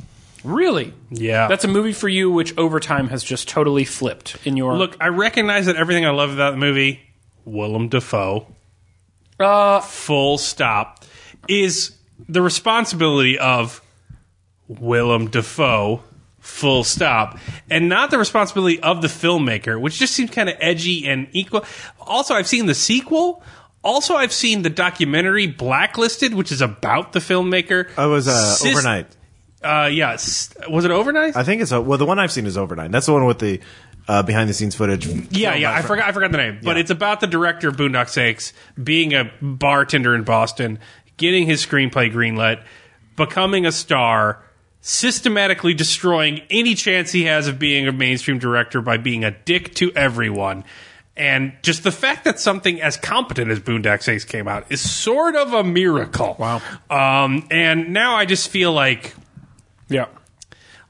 Really?
Yeah.
That's a movie for you which over time has just totally flipped in your
Look, I recognize that everything I love about the movie, Willem Dafoe,
Uh,
full stop, is the responsibility of Willem Dafoe, full stop, and not the responsibility of the filmmaker, which just seems kind of edgy and equal. Also, I've seen the sequel. Also, I've seen the documentary Blacklisted, which is about the filmmaker.
I was uh,
Sis-
overnight.
Uh, yeah, s- was it overnight?
I think it's a, well. The one I've seen is overnight. That's the one with the uh, behind the scenes footage.
Yeah, yeah, I forgot. I forgot the name, but it's about the director of Boondock Saints being a bartender in Boston, getting his screenplay greenlit, becoming a star, systematically destroying any chance he has of being a mainstream director by being a dick to everyone. And just the fact that something as competent as Boondock Saints came out is sort of a miracle.
Wow.
Um, and now I just feel like
yeah.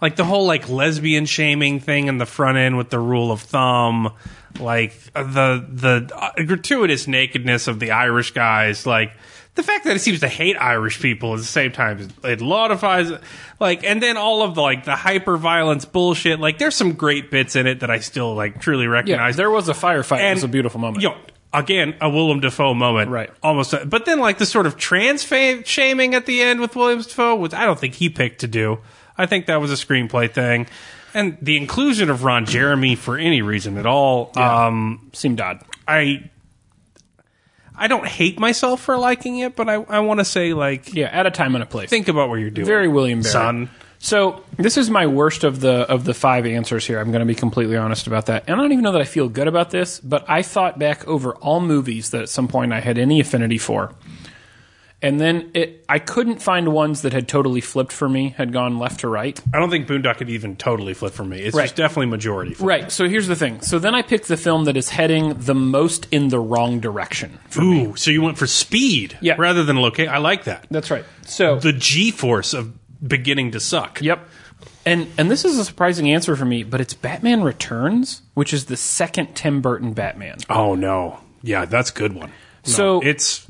like the whole like lesbian shaming thing in the front end with the rule of thumb like uh, the the uh, gratuitous nakedness of the irish guys like the fact that it seems to hate irish people at the same time is- it laudifies it. like and then all of the like the hyper violence bullshit like there's some great bits in it that i still like truly
Yeah,
recognize
there was a firefight. it
and-
was a beautiful moment.
you know, again, a Willem Dafoe moment,
Right.
Almost, but then like the sort of trans fa- shaming at the end with William Dafoe, which I don't think he picked to do. I think that was a screenplay thing, and the inclusion of Ron Jeremy for any reason at all. Um,
Seemed odd.
I. I don't hate myself for liking it, but I, I want to say like
Yeah, at a time and a place.
think about what you're doing.
Very William Barrett.
Son.
So this is my worst of the of the five answers here. I'm going to be completely honest about that, and I don't even know that I feel good about this. But I thought back over all movies that at some point I had any affinity for, and then it I couldn't find ones that had totally flipped for me, had gone left to right.
I don't think Boondock could even totally flip for me. It's
Right.
just definitely majority. For
Right. So here's the thing. So then I picked the film that is heading the most in the wrong direction.
Ooh, so you went for speed
Yeah.
rather than locate. I like that.
That's right. So
the G force of beginning to suck.
Yep. And and this is a surprising answer for me, but it's Batman Returns, which is the second Tim Burton Batman.
Oh no. Yeah, that's a good one. No,
So-
it's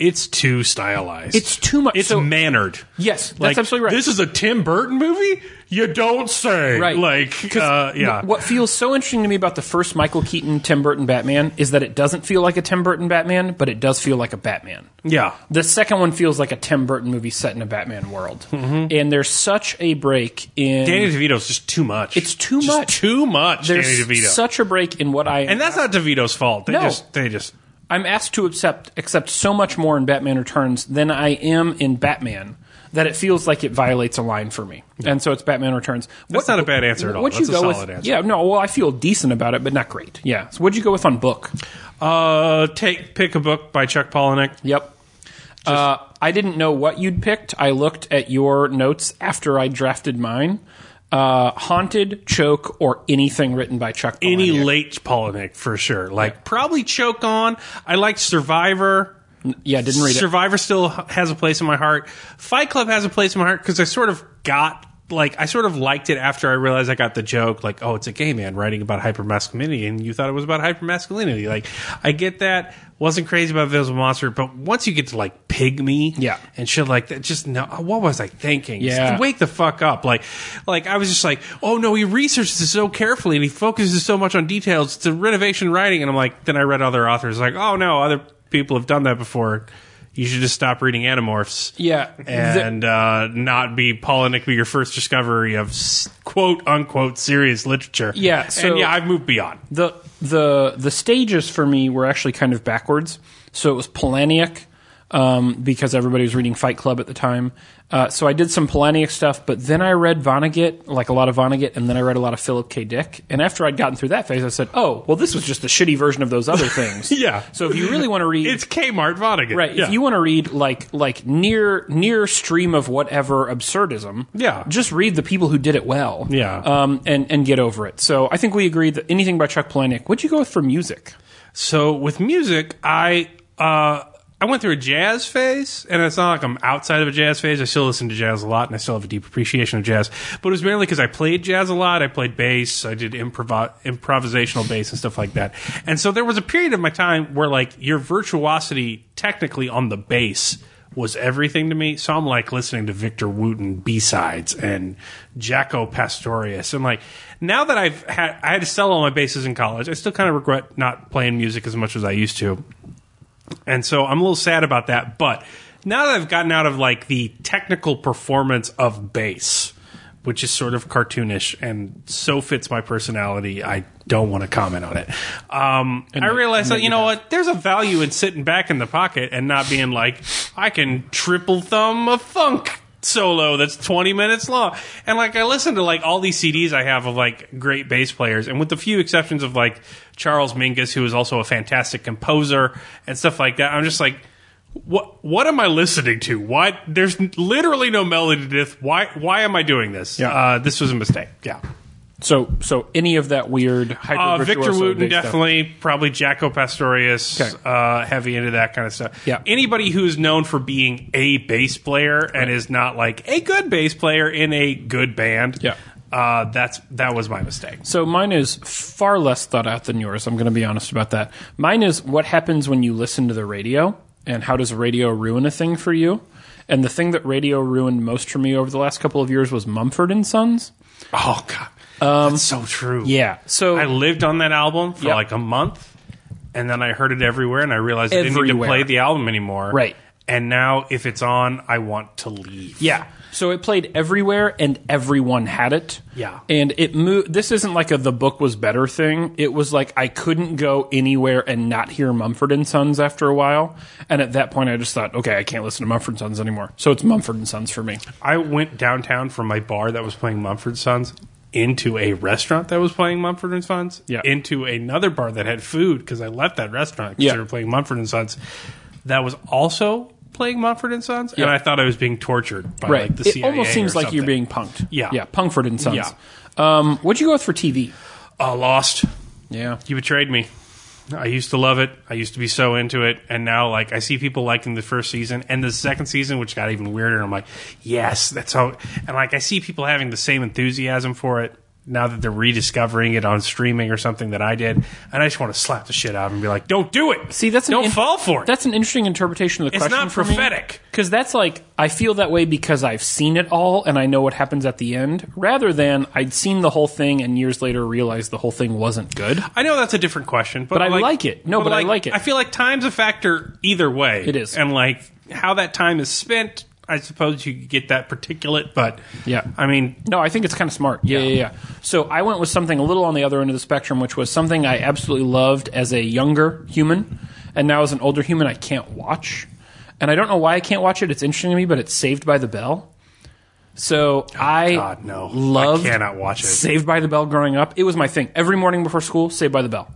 it's too stylized.
It's too much-
It's
so-
mannered.
Yes, that's
Like,
absolutely right.
This is a Tim Burton movie. You don't say.
Right.
Like,
'Cause
uh, yeah.
wh- What feels so interesting to me about the first Michael Keaton Tim Burton Batman is that it doesn't feel like a Tim Burton Batman, but it does feel like a Batman.
yeah.
The second one feels like a Tim Burton movie set in a Batman world. And there's such a break in
Mm-hmm. Danny DeVito's just too much.
It's too
Just
much.
Too much.
there's
Danny DeVito.
such a break in what I
and that's not DeVito's fault. They
No.
just. They just.
I'm asked to accept accept so much more in Batman Returns than I am in Batman that it feels like it violates a line for me. And so it's Batman Returns.
That's not a bad answer at all.
What
That's
you
a
go
solid
with?
answer.
Yeah, no. Well, I feel decent about it, but not great. Yeah. So what'd you go with on book?
Uh, take pick a book by Chuck Palahniuk.
Yep. Uh, I didn't know what you'd picked. I looked at your notes after I drafted mine. Uh, haunted, choke, or anything written by Chuck.
Any
Palahniuk.
late Palahniuk for sure. Like probably choke on. I liked Survivor.
yeah, didn't read it.
Survivor still has a place in my heart. Fight Club has a place in my heart because I sort of got like I sort of liked it after I realized I got the joke. Like, oh, it's a gay man writing about hypermasculinity, and you thought it was about hypermasculinity. Like, I get that. Wasn't crazy about Visible Monster, but once you get to like Pygmy,
Yeah.
and shit like that, just no. What was I thinking? Just
Yeah.
wake the fuck up. Like, like I was just like, oh no, he researches this so carefully and he focuses so much on details. It's a renovation writing, and I'm like, then I read other authors like, oh no, other people have done that before. You should just stop reading Animorphs.
Yeah. The-
And uh, not be Polinick be your first discovery of s- quote unquote serious literature.
Yeah, so-
and yeah, I've moved beyond.
the the the stages for me were actually kind of backwards. So it was Polaniac um, because everybody was reading Fight Club at the time. Uh, so I did some Polaniac stuff, but then I read Vonnegut, like a lot of Vonnegut, and then I read a lot of Philip K. Dick. And after I'd gotten through that phase, I said, "Oh, well, this was just a shitty version of those other things."
Yeah.
So if you really want to read,
It's Kmart Vonnegut.
Right.
Yeah.
If you want to read like like near near stream of whatever absurdism,
Yeah.
just read the people who did it well.
Yeah.
Um, and and get over it. So I think we agreed that anything by Chuck Palahniuk. What'd you go with for music?
So with music, I uh, I went through a jazz phase, and it's not like I'm outside of a jazz phase. I still listen to jazz a lot, and I still have a deep appreciation of jazz. But it was mainly because I played jazz a lot. I played bass. I did improv- improvisational bass and stuff like that. And so there was a period of my time where like your virtuosity, technically on the bass. Was everything to me, so I'm like listening to Victor Wooten B sides and Jaco Pastorius. I'm like, now that I've had, I had to sell all my bases in college. I still kind of regret not playing music as much as I used to, and so I'm a little sad about that. But now that I've gotten out of like the technical performance of bass, which is sort of cartoonish and so fits my personality, I don't want to comment on it. Um, I realized that you know what, there's a value in sitting back in the pocket and not being like, I can triple thumb a funk solo that's 20 minutes long. And like I listen to like all these CDs I have of like great bass players and with the few exceptions of like Charles Mingus who is also a fantastic composer and stuff like that. I'm just like what what am I listening to? Why there's literally no melody to this. Why why am I doing this?
Yeah.
Uh, this was a mistake. Yeah.
So so any of that weird hyper
Uh, Victor
virtuoso
Wooten
based stuff.
definitely, probably Jaco Pastorius,
Okay.
uh, heavy into that kind of stuff.
Yeah.
Anybody who's known for being a bass player and is not like a good bass player in a good band.
Yeah.
Uh, that's that was my mistake.
So mine is far less thought out than yours. I'm going to be honest about that. Mine is what happens when you listen to the radio and how does radio ruin a thing for you? And the thing that radio ruined most for me over the last couple of years was Mumford and Sons.
Oh god, that's so true.
Um, Yeah. So
I lived on that album for
Yep.
like a month, and then I heard it everywhere, and I realized I didn't need
Everywhere.
to play the album anymore.
Right.
And now, if it's on, I want to leave.
Yeah. So it played everywhere, and everyone had it.
Yeah.
And it moved. This isn't like a the book was better thing. It was like I couldn't go anywhere and not hear Mumford and Sons after a while. And at that point, I just thought, okay, I can't listen to Mumford and Sons anymore. So it's Mumford and Sons for me.
I went downtown from my bar that was playing Mumford Sons into a restaurant that was playing Mumford and Sons
Yeah.
into another bar that had food because I left that restaurant because
Yeah.
they were playing Mumford and Sons that was also playing Mumford and Sons and
Yeah.
I thought I was being tortured by like the
it
CIA
almost seems
or
like you're
something.
being punked.
Yeah.
Yeah. Punkford and Sons.
Yeah.
Um, what'd you go with for TV?
uh, lost
Yeah.
you betrayed me. I used to love it. I used to be so into it, and now like I see people liking the first season and the second season, which got even weirder. And I'm like, yes, that's how. And like I see people having the same enthusiasm for it now that they're rediscovering it on streaming or something that I did, and I just want to slap the shit out of them and be like, "Don't do it."
See, that's an
don't
in-
fall for it.
That's an interesting interpretation of the
It's
question.
not prophetic.
because that's like I feel that way because I've seen it all and I know what happens at the end, rather than I'd seen the whole thing and years later realized the whole thing wasn't good.
I know that's a different question, but,
But I like it. No, but I like it.
I feel like time's a factor either way.
It is.
and like how that time is spent. I suppose you could get that particulate, but
Yeah.
I mean,
No, I think it's kind of smart. Yeah, yeah, yeah. So I went with something a little on the other end of the spectrum, which was something I absolutely loved as a younger human, and now as an older human, I can't watch. And I don't know why I can't watch it. It's interesting to me, but it's Saved by the Bell. So I
Oh, God, no. I
loved
cannot watch it.
Saved by the Bell growing up. It was my thing. Every morning before school, Saved by the Bell.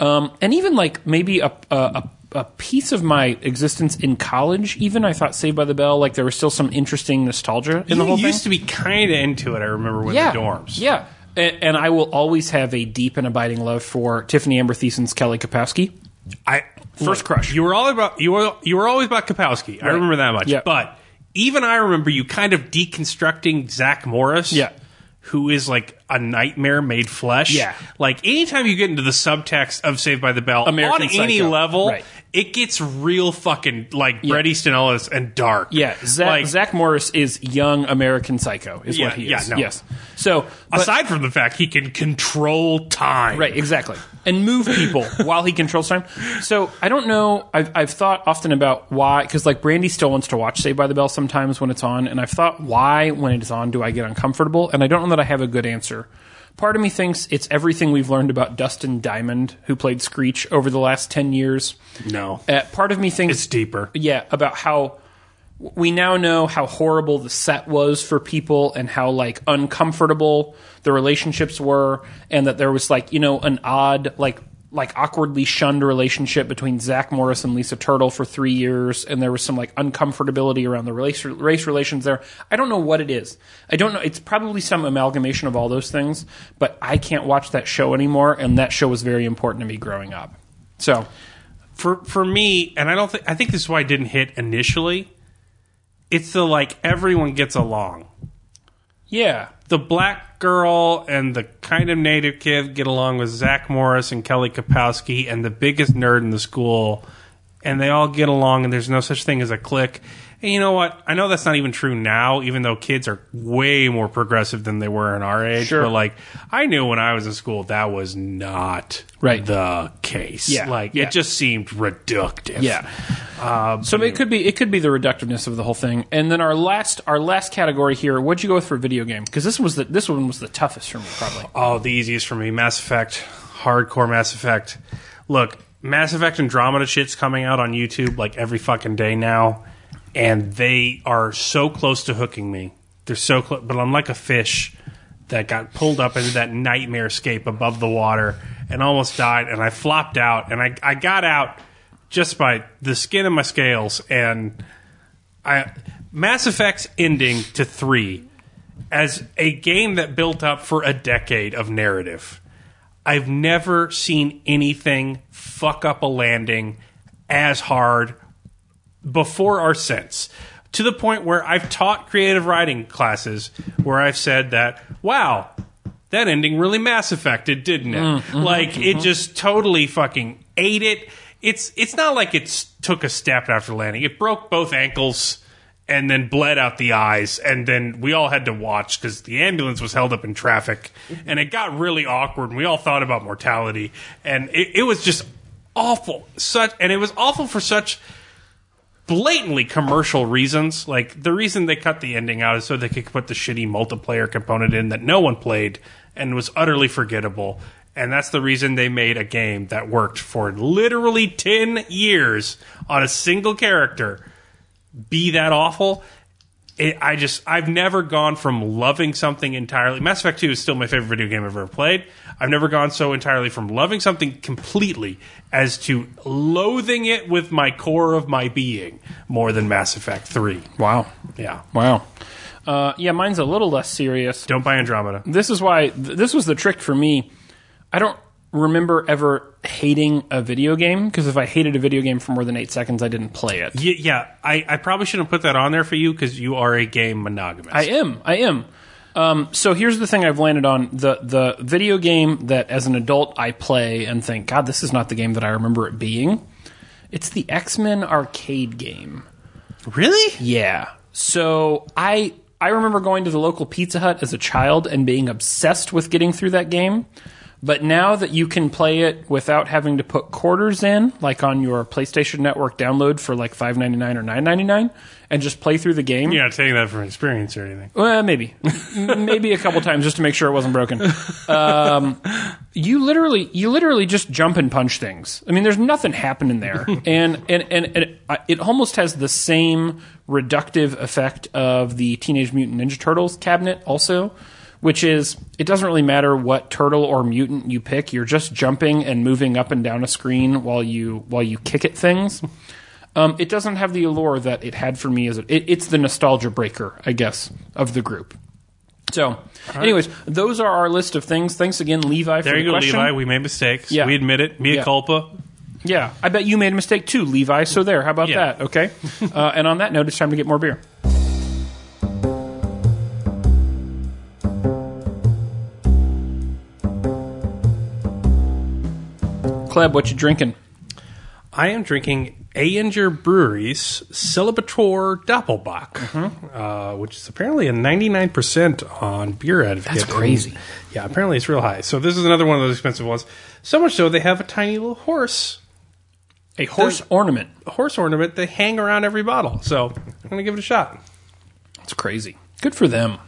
Um, and even like maybe a, a, a, a piece of my existence in college, even I thought Saved by the Bell, like there was still some interesting nostalgia in the
you
whole thing
used to be kind of into it. I remember with the dorms.
yeah. A- And, I will always have a deep and abiding love for Tiffany Amber Thiessen's Kelly Kapowski.
I
First crush.
You were all about you were you were always about Kapowski. I remember that much.
Yeah.
But even I remember you kind of deconstructing Zach Morris.
Yeah.
Who is like a nightmare made flesh?
Yeah.
Like anytime you get into the subtext of Saved by the Bell
American
on any
Psycho.
level,
Right.
it gets real fucking like Bret Easton Ellis and dark.
Yeah, Zach,
like,
Zach Morris is young American psycho, is
Yeah,
what he
yeah,
is.
no.
Yes. So, but-
Aside from the fact he can control time,
right, exactly, and move people while he controls time. So I don't know. I've I've thought often about why, because like Brandy still wants to watch Saved by the Bell sometimes when it's on, and I've thought why when it's on do I get uncomfortable, and I don't know that I have a good answer. Part of me thinks it's everything we've learned about Dustin Diamond, who played Screech over the last ten years.
No,
Uh, part of me thinks
it's deeper.
yeah, about how we now know how horrible the set was for people and how like uncomfortable the relationships were and that there was like, you know, an odd like like awkwardly shunned relationship between Zach Morris and Lisa Turtle for 3 years and there was some like uncomfortability around the race, race relations there. I don't know what it is. I don't know it's probably some amalgamation of all those things, but I can't watch that show anymore and that show was very important to me growing up. So,
for for me, and I don't think I think this is why it didn't hit initially. It's the like everyone gets along.
yeah.
The black girl and the kind of native kid get along with Zach Morris and Kelly Kapowski and the biggest nerd in the school, and they all get along. And there's no such thing as a clique. And you know what? I know that's not even true now, even though kids are way more progressive than they were in our age.
Sure.
But like, I knew when I was in school that was not
Right.
the case.
Yeah.
Like,
Yeah.
it just seemed reductive.
Yeah. so it could be it could be the reductiveness of the whole thing. And then our last our last category here. What'd you go with for video game? Because this was the this one was the toughest for me probably.
Oh, the easiest for me Mass Effect, hardcore Mass Effect. Look, Mass Effect Andromeda shit's coming out on YouTube like every fucking day now, and they are so close to hooking me. They're so close, but I'm like a fish that got pulled up into that nightmare scape above the water and almost died, and I flopped out, and I, I got out just by the skin of my scales, and I Mass Effect's ending to three as a game that built up for a decade of narrative. I've never seen anything fuck up a landing as hard before or since. To the point where I've taught creative writing classes where I've said that, wow, that ending really mass affected, didn't it? like it just totally fucking ate it. It's it's not like it s- took a step after landing. It broke both ankles and then bled out the eyes and then we all had to watch because the ambulance was held up in traffic and it got really awkward and we all thought about mortality and it, it was just awful such and it was awful for such blatantly commercial reasons. Like the reason they cut the ending out is so they could put the shitty multiplayer component in that no one played and was utterly forgettable. And that's the reason they made a game that worked for literally 10 years on a single character be that awful. It, I just I've never gone from loving something entirely. Mass Effect 2 is still my favorite video game I've ever played. I've never gone so entirely from loving something completely as to loathing it with my core of my being more than Mass Effect 3.
Wow.
Yeah.
Wow. Uh, yeah, mine's a little less serious.
Don't buy Andromeda.
This is why th- this was the trick for me. I don't remember ever hating a video game because if I hated a video game for more than eight seconds, I didn't play it.
Y- yeah, I, I probably shouldn't put that on there for you because you are a game monogamist.
I am. I am. Um, so here's the thing I've landed on the the video game that as an adult I play and think, God, this is not the game that I remember it being. It's the X Men arcade game.
Really?
Yeah. So I I remember going to the local Pizza Hut as a child and being obsessed with getting through that game. But now that you can play it without having to put quarters in, like on your PlayStation Network download for like five ninety nine or nine ninety nine, and just play through the game,
You're not taking that from experience or anything.
well, maybe, M- maybe a couple times just to make sure it wasn't broken. Um, you literally, you literally just jump and punch things. I mean, there's nothing happening there, and and and, and I- it almost has the same reductive effect of the Teenage Mutant Ninja Turtles cabinet, also, which is it doesn't really matter what turtle or mutant you pick. You're just jumping and moving up and down a screen while you while you kick at things. Um, it doesn't have the allure that it had for me as a, it, it's the nostalgia breaker, I guess, of the group. So, anyways, those are our list of things. Thanks again, Levi. for
There
the
you go,
question.
Levi. We made mistakes.
Yeah.
We admit it. Mea
Yeah.
culpa.
Yeah, I bet you made a mistake too, Levi. So there, how about
Yeah.
that? Okay. uh, and on that note, it's time to get more beer. Kleb, what you drinking?
I am drinking Ayinger Brewery's Celebator Doppelbock,
Mm-hmm.
uh, which is apparently a 99% on Beer Advocate.
That's crazy.
And- yeah, apparently it's real high. So this is another one of those expensive ones. So much so they have a tiny little horse
A horse ornament.
horse ornament Oh, they hang around every bottle. So I'm going to give it a shot.
That's crazy. Good for them.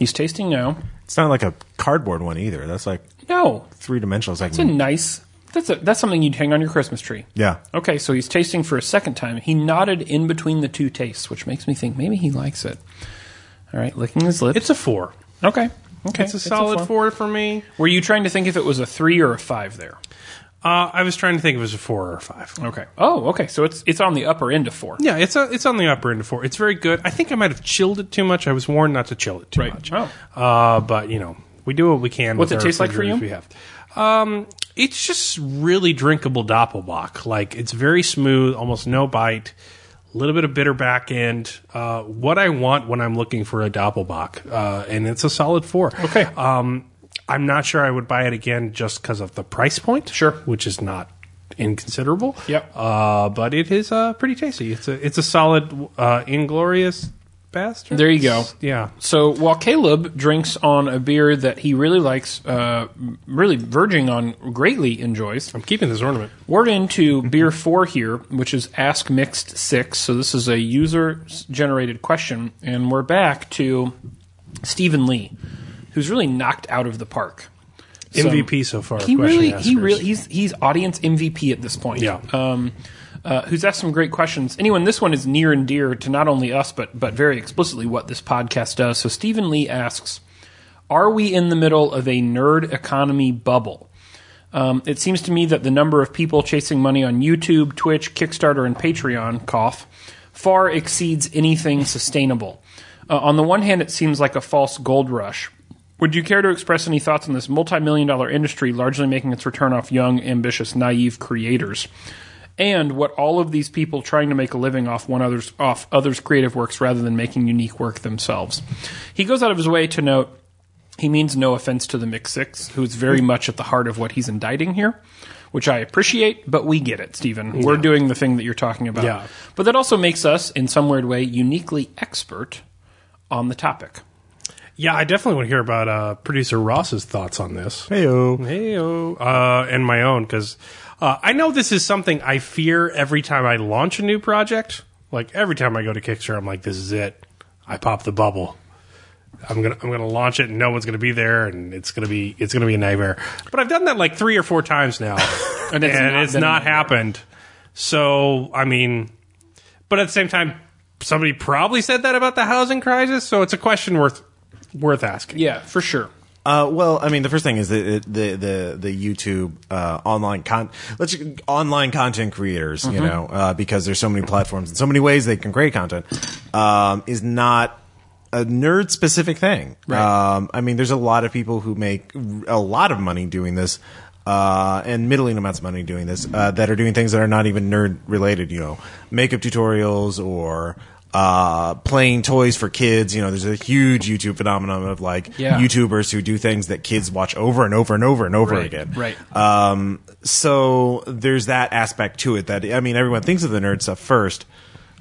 He's tasting now.
It's not like a cardboard one either. That's like
No,
three dimensional. It's like
It's a nice. That's a, that's something you'd hang on your Christmas tree.
yeah.
Okay, so he's tasting for a second time. He nodded in between the two tastes, which makes me think maybe he likes it. All right, licking his lips.
It's a four.
okay, okay,
It's a solid
four.
four for me.
Were you trying to think if it was a three or a five there?
Uh, I was trying to think if it was a four or a five.
Okay. Oh, okay. So it's it's on the upper end of four.
Yeah, it's a, it's on the upper end of four. It's very good. I think I might have chilled it too much. I was warned not to chill it too
Right.
much.
Oh.
Uh, but you know, we do what we can.
What's
with
it
our
taste like for you?
refrigerators We have. Um, it's just really drinkable Doppelbock. Like it's very smooth, almost no bite. A little bit of bitter back end. Uh, what I want when I'm looking for a Doppelbock, uh, and it's a solid four.
Okay.
Um, I'm not sure I would buy it again just because of the price point.
Sure.
which is not inconsiderable.
Yep.
Uh, but it is uh, pretty tasty. It's a it's a solid uh, inglorious bastard.
There you go.
Yeah.
So while Caleb drinks on a beer that he really likes, uh, really verging on greatly enjoys,
I'm keeping this ornament.
We're into beer four here, which is Ask Mixed Six. So this is a user generated question, and we're back to Stephen Lee, who's really knocked out of the park. So-
MVP so far.
He
question
really, he
askers.
really, he's he's audience MVP at this point.
Yeah.
Um, uh, who's asked some great questions? Anyone, this one is near and dear to not only us, but but very explicitly what this podcast does. So Stephen Lee asks, "Are we in the middle of a nerd economy bubble?" Um, it seems to me that the number of people chasing money on YouTube, Twitch, Kickstarter, and Patreon cough far exceeds anything sustainable. Uh, on the one hand, it seems like a false gold rush. Would you care to express any thoughts on this multi-million dollar industry largely making its return off young, ambitious, naive creators? And what all of these people trying to make a living off one others off others' creative works rather than making unique work themselves. He goes out of his way to note he means no offense to the Mix Six, who is very much at the heart of what he's indicting here, which I appreciate, but we get it, Stephen. We're doing the thing that you're talking about.
Yeah.
But that also makes us, in some weird way, uniquely expert on the topic.
Yeah, I definitely want to hear about uh, producer Ross's thoughts on this.
Heyo.
Hey, uh, and my own because uh, I know this is something I fear every time I launch a new project. Like every time I go to Kickstarter, I'm like, "This is it. I pop the bubble. I'm gonna I'm gonna launch it, and no one's gonna be there, and it's gonna be it's gonna be a nightmare." But I've done that like three or four times now,
And
and it's not,
it's not been a nightmare.
happened. So I mean, but at the same time, somebody probably said that about the housing crisis, so it's a question worth worth asking.
Yeah, for sure.
Uh, well, I mean, the first thing is the the the, the YouTube uh, online con let's online content creators,
Mm-hmm.
you know, uh, because there's so many platforms and so many ways they can create content, um, is not a nerd specific thing.
Right.
Um, I mean, there's a lot of people who make a lot of money doing this. Uh, and middling amounts of money doing this uh, that are doing things that are not even nerd related, you know, makeup tutorials or uh, playing toys for kids. You know, there's a huge YouTube phenomenon of like
Yeah.
YouTubers who do things that kids watch over and over and over and over
Right,
again.
right.
Um, so there's that aspect to it that I mean, everyone thinks of the nerd stuff first,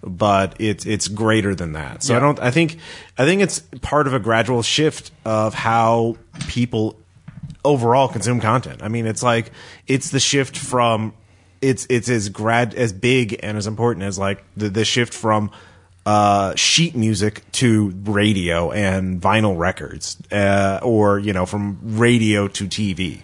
but it's it's greater than that. So I
Yeah.
don't. I think I think it's part of a gradual shift of how people overall consume content. I mean, it's like it's the shift from it's it's as grad as big and as important as like the the shift from uh sheet music to radio and vinyl records uh or you know from radio to TV.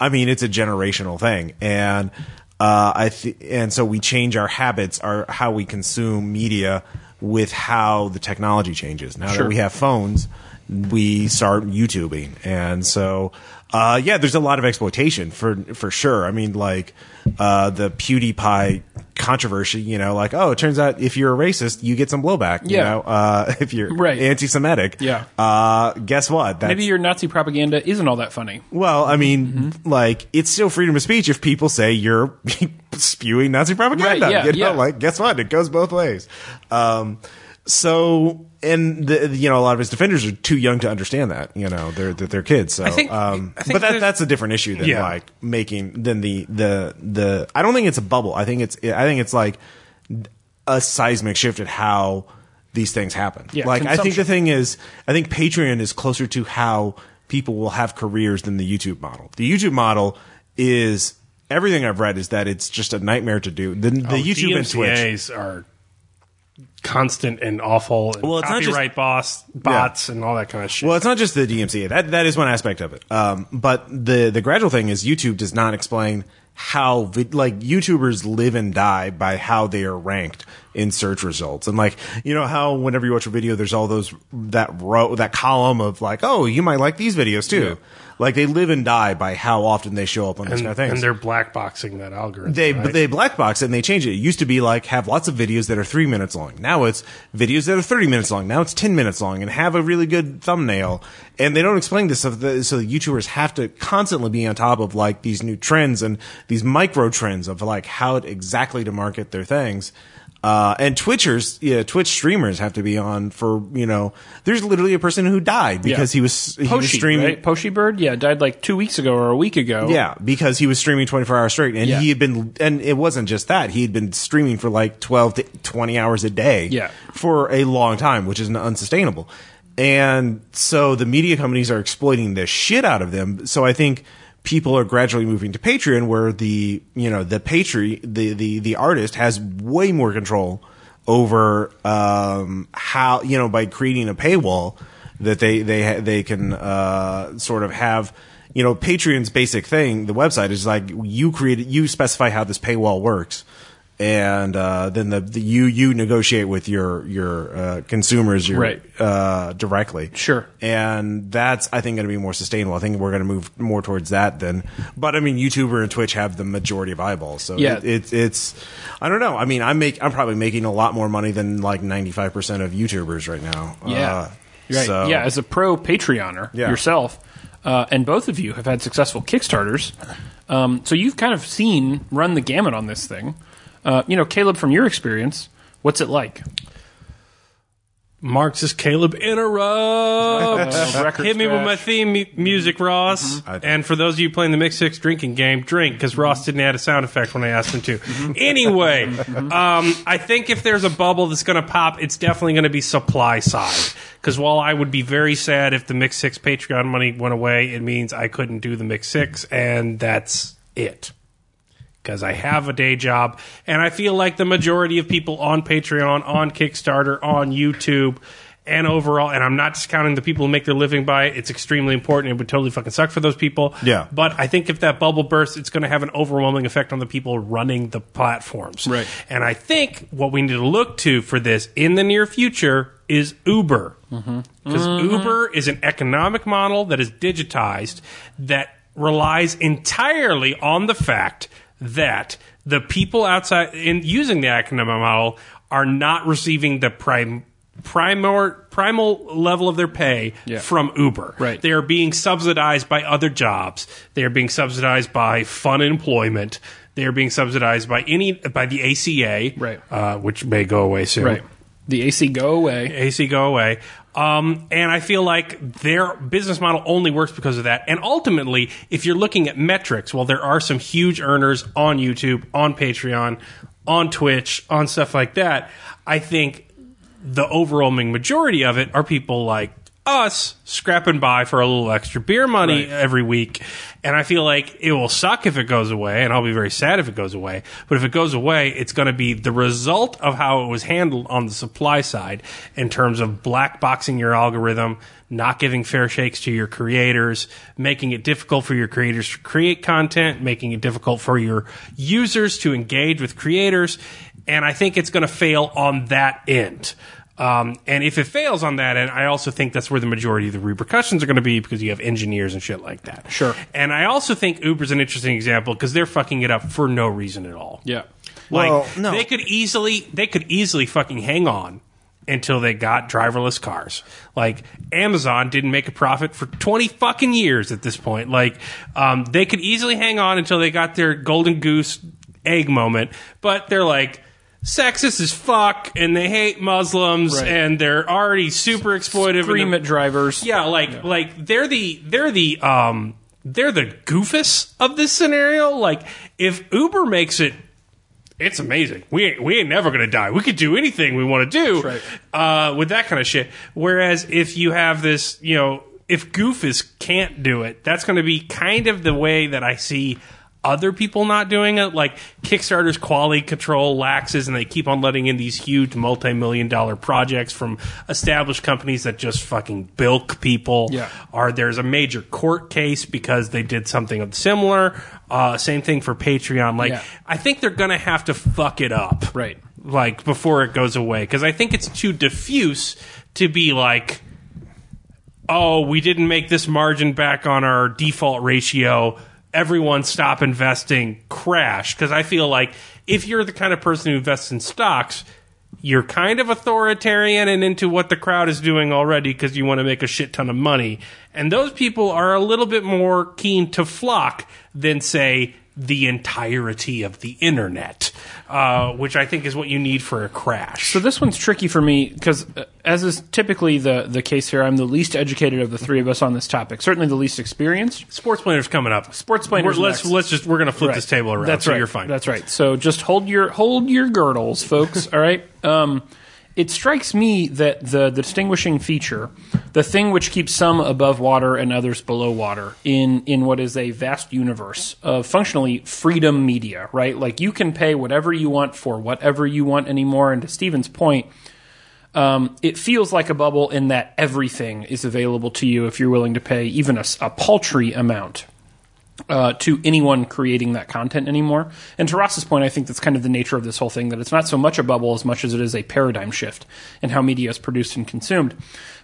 I mean, it's a generational thing and uh I th- and so we change our habits our how we consume media with how the technology changes. Now that we have phones, we start YouTubing, and so uh, yeah, there's a lot of exploitation for for sure. I mean, like uh, the PewDiePie controversy, you know, like oh, it turns out if you're a racist, you get some blowback. You
Yeah.
know, uh, if you're
Right.
anti-Semitic,
Yeah.
Uh, guess what? That's,
Maybe your Nazi propaganda isn't all that funny.
well, I mean,
Mm-hmm.
like it's still freedom of speech if people say you're spewing Nazi propaganda.
Right, yeah,
you know,
yeah.
like guess what? It goes both ways. Um, so, and the, you know, a lot of his defenders are too young to understand that. You know, they're that they're kids. So,
think-
um,
I think
but that,
there's-
that's a different issue than
Yeah.
like making than the the the. I don't think it's a bubble. I think it's I think it's like a seismic shift at how these things happen.
Yeah,
like I think
consumption.
the thing is, I think Patreon is closer to how people will have careers than the YouTube model. The YouTube model is everything I've read is that it's just a nightmare to do. The,
Oh,
the YouTube and Twitch.
DMCA's are constant and awful. And
Well,
well,
it's
it's
not just-
copyright boss bots and all that kind of shit.
Well, it's not just the DMCA. That that is one aspect of it. Um, but the the gradual thing is YouTube does not explain how vid- like YouTubers live and die by how they are ranked in search results. And like you know how whenever you watch a video, there's all those that row that column of like, oh, you might like these videos too. Like they live and die by how often they show up on
and,
these kind of things.
and they're blackboxing that algorithm.
They
right?
but they black box it and they change it. It used to be like have lots of videos that are three minutes long. Now it's videos that are thirty minutes long. Now it's ten minutes long and have a really good thumbnail. And they don't explain this, so the, so the YouTubers have to constantly be on top of like these new trends and these micro trends of like how exactly to market their things. Uh, and Twitchers, yeah, Twitch streamers have to be on for you know. There's literally a person who died because he was he was
Poshi,
streaming.
right? Poshi Bird, yeah, died like two weeks ago or a week ago.
Yeah, because he was streaming 24 hours straight and
Yeah.
he had been and it wasn't just that. He had been streaming for like 12 to 20 hours a day
Yeah.
for a long time, which is n- unsustainable. And so the media companies are exploiting the shit out of them. So I think people are gradually moving to Patreon where the, you know, the patri the the the artist has way more control over um how, you know, by creating a paywall that they they ha- they can uh sort of have you know Patreon's basic thing, the website is like you create you specify how this paywall works, and uh, then the, the you you negotiate with your your uh, consumers your,
Right.
uh, directly.
Sure.
and that's I think going to be more sustainable. I think we're going to move more towards that than. But I mean, YouTuber and Twitch have the majority of eyeballs, so
Yeah.
it, it's it's I don't know. I mean, I make I'm probably making a lot more money than like 95 percent of YouTubers right now.
Yeah.
Uh,
right.
so-
Yeah, as a pro Patreoner
Yeah.
yourself, uh, and both of you have had successful Kickstarters. Um, so you've kind of seen run the gamut on this thing. Uh, you know, Caleb, from your experience, what's it like?
Marxist Caleb interrupts.
Uh, record
Hit me with
scratch.
my theme mu- music, Ross. And for those of you playing the Mix Six drinking game, drink because Ross didn't add a sound effect when I asked him to. Anyway, um, I think if there's a bubble that's going to pop, it's definitely going to be supply side. Because while I would be very sad if the Mix Six Patreon money went away, it means I couldn't do the Mix Six, and that's it because I have a day job. And I feel like the majority of people on Patreon, on Kickstarter, on YouTube, and overall, and I'm not discounting the people who make their living by it. It's extremely important. It would totally fucking suck for those people.
Yeah.
But I think if that bubble bursts, it's going to have an overwhelming effect on the people running the platforms.
Right.
And I think what we need to look to for this in the near future is Uber. Because
Mm-hmm.
Uber is an economic model that is digitized that relies entirely on the fact that the people outside in using the economic model are not receiving the prim, primor, primal level of their pay
Yeah.
from Uber.
Right.
They are being subsidized by other jobs. They are being subsidized by fun employment. They are being subsidized by any by the ACA,
Right.
uh, which may go away soon.
Right. The AC go away.
AC go away. Um, and I feel like their business model only works because of that. And ultimately, if you're looking at metrics, well, there are some huge earners on YouTube, on Patreon, on Twitch, on stuff like that. I think the overwhelming majority of it are people like us scrapping by for a little extra beer money every week. And I feel like it will suck if it goes away, and I'll be very sad if it goes away. But if it goes away, it's going to be the result of how it was handled on the supply side in terms of black boxing your algorithm, not giving fair shakes to your creators, making it difficult for your creators to create content, making it difficult for your users to engage with creators. And I think it's going to fail on that end. Um, and if it fails on that end, I also think that's where the majority of the repercussions are going to be because you have engineers and shit like that.
Sure.
And I also think Uber's an interesting example because they're fucking it up for no reason at all.
Yeah.
Like
Well, no.
they could easily they could easily fucking hang on until they got driverless cars. Like Amazon didn't make a profit for 20 fucking years at this point. Like um, they could easily hang on until they got their golden goose egg moment, but they're like sexist as fuck and they hate Muslims
Right.
and they're already super exploitive and
Scream
they're-
at drivers.
yeah, like like they're the they're the um they're the goofus of this scenario. Like if Uber makes it it's amazing. We ain't, we ain't never gonna die. We could do anything we want to do
That's
uh, with that kind of shit. Whereas if you have this, you know, if Goofus can't do it, that's going to be kind of the way that I see other people not doing it. Like Kickstarter's quality control laxes, and they keep on letting in these huge multi-million dollar projects from established companies that just fucking bilk people
Yeah.
or there's a major court case because they did something similar. Uh, same thing for Patreon. Like,
Yeah.
I think they're gonna have to fuck it up,
Right.
Like before it goes away, because I think it's too diffuse to be like, oh, we didn't make this margin back on our default ratio. Everyone stop investing. Crash. Because I feel like if you're the kind of person who invests in stocks, you're kind of authoritarian and into what the crowd is doing already because you want to make a shit ton of money. And those people are a little bit more keen to flock than, say, the entirety of the internet, uh, which I think is what you need for a crash.
So this one's tricky for me because, as is typically the the case here, I'm the least educated of the three of us on this topic. Certainly the least experienced.
Sports planners coming up.
Sports planners
We're- Let's
next.
let's just we're gonna flip
Right.
this table around.
That's
so
right.
You're fine.
That's right. So just hold your hold your girdles, folks. all right. Um, it strikes me that the distinguishing feature, the thing which keeps some above water and others below water in in what is a vast universe of functionally freedom media, right? Like you can pay whatever you want for whatever you want anymore. And to Steven's point, it feels like a bubble in that everything is available to you if you're willing to pay even a, s- a paltry amount uh, to anyone creating that content anymore. And to Ross's point, I think that's kind of the nature of this whole thing that it's not so much a bubble as much as it is a paradigm shift in how media is produced and consumed.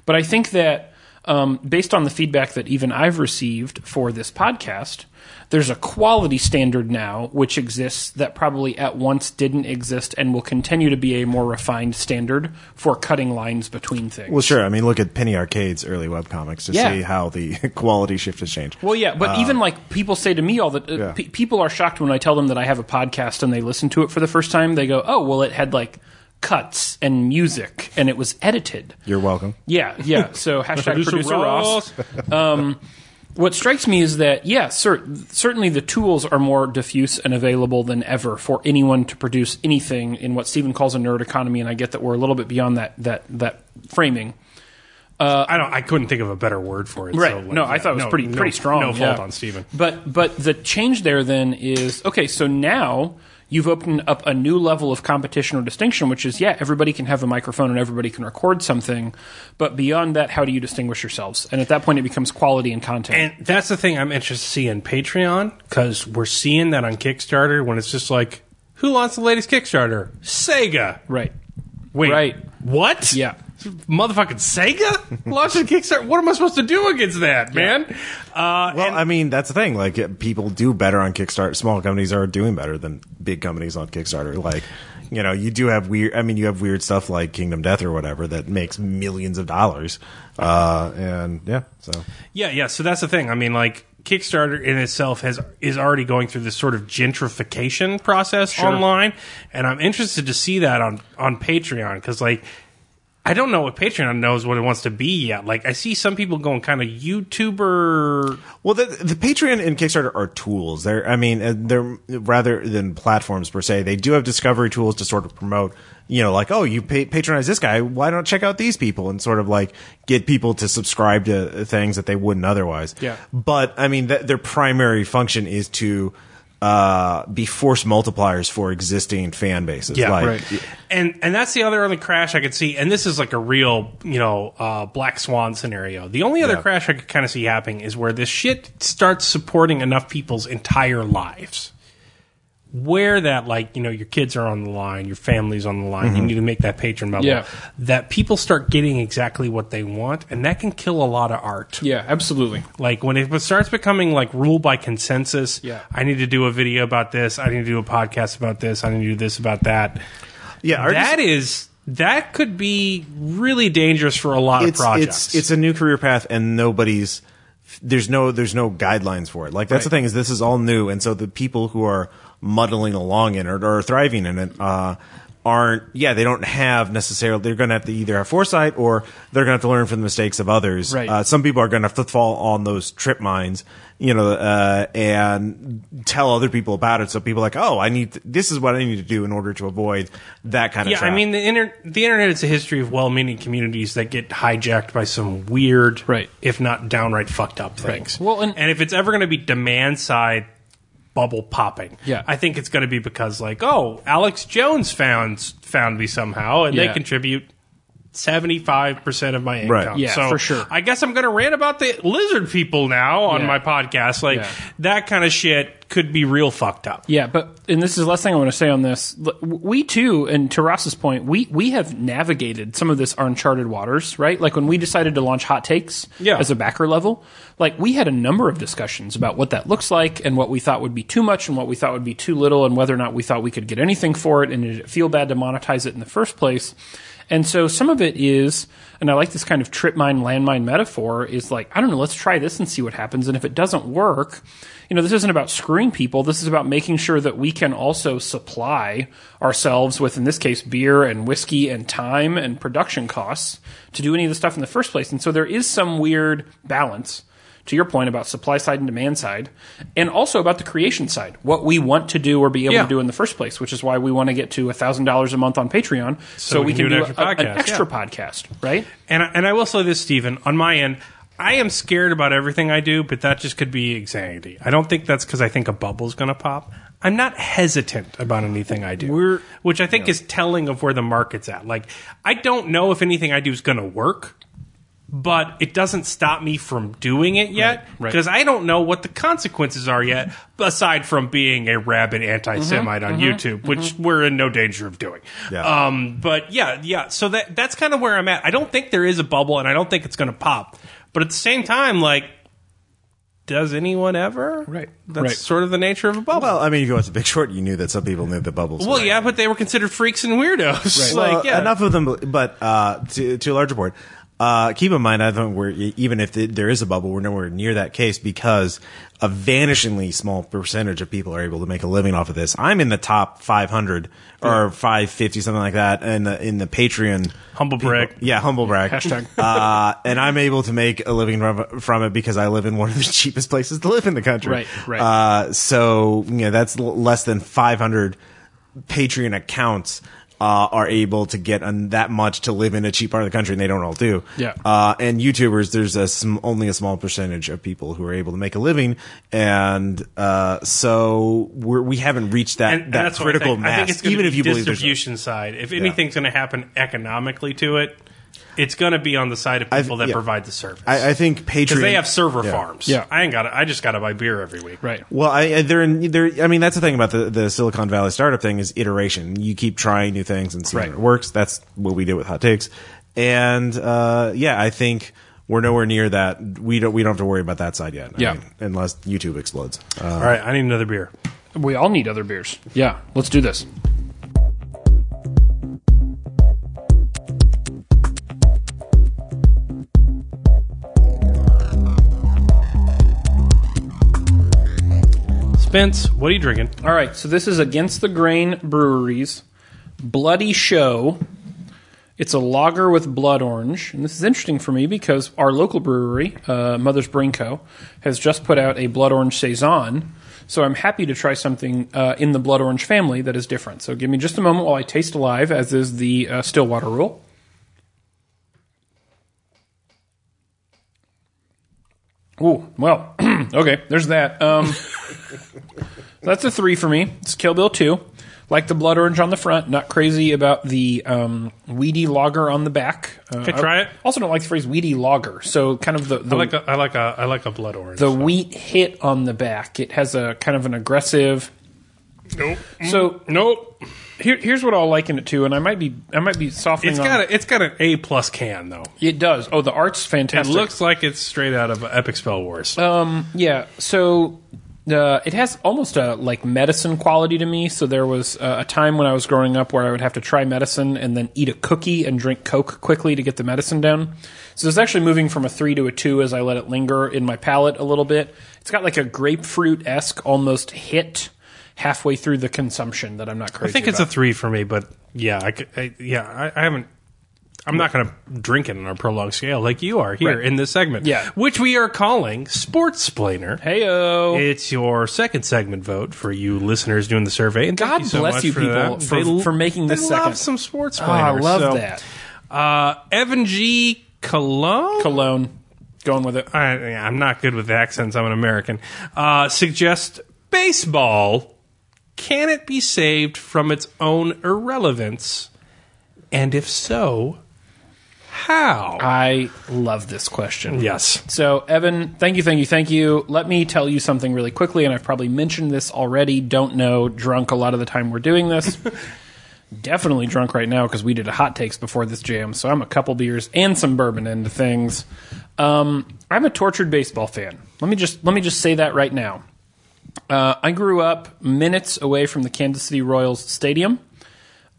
But I think that um, based on the feedback that even I've received for this podcast, there's a quality standard now which exists that probably at once didn't exist and will continue to be a more refined standard for cutting lines between things.
Well, sure. I mean, look at Penny Arcade's early webcomics to
Yeah.
see how the quality shift has changed.
Well, yeah, but even like people say to me all the uh,
Uh, Yeah.
pe- people are shocked when I tell them that I have a podcast and they listen to it for the first time. They go, "Oh, well, it had like cuts and music and it was edited."
You're welcome.
Yeah, yeah. So hashtag producer,
Producer
Ross. Um, what strikes me is that yeah, cer- certainly the tools are more diffuse and available than ever for anyone to produce anything in what Stephen calls a nerd economy, and I get that we're a little bit beyond that that that framing.
I don't. I couldn't think of a better word for it.
Right.
So like,
no, I thought it was
no-
pretty
no-
pretty strong.
No fault
yeah.
on Steven.
But but the change there then is okay. So now you've opened up a new level of competition or distinction, which is yeah, everybody can have a microphone and everybody can record something. But beyond that, how do you distinguish yourselves? And at that point, it becomes quality and content.
And that's the thing I'm interested to see in Patreon because we're seeing that on Kickstarter when it's just like, who launched the latest Kickstarter? Sega.
right.
Wait.
Right.
What?
Yeah.
Motherfucking Sega launched a Kickstarter. What am I supposed to do against that, man? Uh,
Well, I mean, that's the thing. Like, uh, people do better on Kickstarter. Small companies are doing better than big companies on Kickstarter. Like, you know, you do have weird. I mean, you have weird stuff like Kingdom Death or whatever that makes millions of dollars. Uh, and yeah, so
Yeah, yeah. So that's the thing. I mean, like Kickstarter in itself has is already going through this sort of gentrification process online, and I'm interested to see that on on Patreon because like I don't know if Patreon knows what it wants to be yet. Like, I see some people going kind of YouTuber.
Well, the, the Patreon and Kickstarter are tools. They're, I mean, uh, they're rather than platforms per se. They do have discovery tools to sort of promote. You know, like, oh, you pa patronize this guy. Why don't check out these people and sort of like get people to subscribe to things that they wouldn't otherwise.
Yeah.
But I mean, th- their primary function is to uh, be force multipliers for existing fan bases. Like,
And and that's the other only crash I could see. And this is like a real, you know, uh, black swan scenario. The only other
Yeah.
crash I could kind of see happening is where this shit starts supporting enough people's entire lives. Where that like you know your kids are on the line, your family's on the line. You need to make that patron level.
Mm-hmm. Yeah.
That people start getting exactly what they want, and that can kill a lot of art.
Yeah, absolutely.
Like when it starts becoming like rule by consensus.
Yeah.
I need to do a video about this. I need to do a podcast about this. I need to do this about that.
Yeah,
That
or
is
just-
that could be really dangerous for a lot
it's
of projects.
it's it's a new career path and nobody's there's no there's no guidelines for it like that's the thing is this is all new and so the people who are muddling along in it or thriving in it uh aren't yeah they don't have necessarily they're gonna have to either have foresight or they're gonna have to learn from the mistakes of others
Right.
uh, some people are gonna have to fall on those trip mines you know uh and tell other people about it so people are like oh i need to, this is what i need to do in order to avoid that kind of
yeah, I
trap.
mean the inter- the internet is a history of well-meaning communities that get hijacked by some weird,
Right.
if not downright fucked up things.
Well, and-
if it's ever going to be demand side bubble popping,
Yeah.
I think it's going to be because like, oh, Alex Jones found found me somehow, and
Yeah.
they contribute. 75% of my income.
Right.
Yeah,
so
for sure.
I guess I'm going to rant about the lizard people now on
Yeah.
my podcast. Like,
Yeah.
that kind of shit could be real fucked up.
Yeah, but and this is the last thing I want to say on this. L- We too, and to Ross's point, we we have navigated some of this uncharted waters, right? Like when we decided to launch Hot Takes
Yeah.
as a backer level, like we had a number of discussions about what that looks like and what we thought would be too much and what we thought would be too little and whether or not we thought we could get anything for it and did it feel bad to monetize it in the first place. And so some of it is, and I like this kind of trip mine, landmine metaphor, is like, I don't know, let's try this and see what happens. And if it doesn't work, you know, this isn't about screwing people. This is about making sure that we can also supply ourselves with, in this case, beer and whiskey and time and production costs to do any of the stuff in the first place. And so there is some weird balance to your point about supply side and demand side, and also about the creation side, what we want to do or be able
Yeah.
to do in the first place, which is why we want to get to thousand dollars a month on Patreon, so, we can do,
an
a-
extra
a- an
podcast, yeah.
extra podcast, right?
And I, and I will say this, Stephen, on my end, I am scared about everything I do, but that just could be anxiety. I don't think that's because I think a bubble's going to pop. I'm not hesitant about anything I do, which I think is telling of where the market's at. Like, I don't know if anything I do is going to work, but it doesn't stop me from doing it yet
right.
because I don't know what the consequences are yet, aside from being a rabid anti Semite
Mm-hmm,
on YouTube, which we're in no danger of doing.
Yeah.
Um, but yeah, yeah. So that that's kind of where I'm at. I don't think there is a bubble, and I don't think it's going to pop. But at the same time, like, does anyone ever?
Right.
That's
Right.
sort of the nature of a bubble.
well i mean if you watch the big short you knew that some people knew the bubbles
Well, yeah, but they were considered freaks and weirdos.
Well,
like, yeah.
enough of them, but uh, to, to a larger point, uh, keep in mind, I think we're, even if th there is a bubble, we're nowhere near that case because a vanishingly small percentage of people are able to make a living off of this. I'm in the top 500 or 550, something like that, in the, in the Patreon.
Humble brag.
Yeah, humble brag.
Hashtag.
Uh, and I'm able to make a living from, from it because I live in one of the cheapest places to live in the country.
Right, right.
Uh, so you know that's l- less than 500 Patreon accounts uh, are able to get on that much to live in a cheap part of the country, and they don't all do.
Yeah.
Uh, and YouTubers, there's a sm- only a small percentage of people who are able to make a living, and uh, so we're, we haven't reached that
and, and
that
that's what I
critical
think. I
mass.
think it's gonna
even
be
if you believe there's no-
distribution side, if anything's going to happen economically to it, it's going to be on the side of people that
yeah.
provide the service.
I, I think Patreon
because they have server
Yeah. Uh-huh.
farms.
Yeah.
I ain't got. I just got to buy beer every week.
Right.
Well, I, I- they're in, they're, I mean, that's the thing about the, the Silicon Valley startup thing is iteration. You keep trying new things and see
Right.
when it works. That's what we did with Hot Takes. And, uh, yeah, I think we're nowhere near that. We don't, we don't have to worry about that side yet. I
Yeah.
mean, unless YouTube explodes. Uh,
All right. I need another beer.
We all need other beers. Yeah, let's do this.
Spence, what are you drinking?
All right, so this is Against the Grain Breweries Bloody Show It's a lager with blood orange, and this is interesting for me because our local brewery, uh, Mother's Brewing Co., has just put out a blood orange saison. So I'm happy to try something uh, in the blood orange family that is different. So give me just a moment while I taste alive, as is the uh, Stillwater rule. Ooh, well, okay, there's that. Um, that's a three for me. It's Kill Bill 2. Like the blood orange on the front, not crazy about the um, weedy lager on the back. Uh,
Can I try it?
Also, don't like the phrase weedy lager. So, kind of the, the
I like a, I like a I like a blood orange.
the wheat hit on the back. It has a kind of an aggressive.
nope.
So
Nope.
here, here's what I'll liken it to, and I might be I might be softening.
It's
on-
got a, it's got an A plus can though.
It does. Oh, the art's
It
fantastic.
looks like it's straight out of Epic Spell Wars.
Yeah. So uh, it has almost a like medicine quality to me. So there was uh, a time when I was growing up where I would have to try medicine and then eat a cookie and drink Coke quickly to get the medicine down. So it's actually moving from a three to a two as I let it linger in my palate a little bit. It's got like a grapefruit esque almost hit halfway through the consumption that I'm not crazy.
I think it's a three for me, but yeah, I, could- I- yeah, I, I haven't. I'm not going to drink it on a prolonged scale like you are here
Right.
in this segment,
Yeah.
which we are calling Sports Splainer.
Heyo.
It's your second segment vote for you listeners doing the survey. And thank
God
you so
bless
much
you
for
people
that.
for-
They l-
for making
they
this second.
love some sports.
Ah, I
Splainers.
love
So,
that.
Uh, Evan G. Cologne.
Cologne. Going with it.
I, I'm not good with accents. I'm an American. Uh, suggest baseball. Can it be saved from its own irrelevance? And if so, how?
I love this question.
Yes.
So, Evan, thank you, thank you, thank you. Let me tell you something really quickly, and I've probably mentioned this already. Don't know, drunk a lot of the time we're doing this. Definitely drunk right now because we did a hot takes before this jam, so I'm a couple beers and some bourbon into things. Um, I'm a tortured baseball fan. Let me just let me just say that right now. Uh, I grew up minutes away from the Kansas City Royals stadium.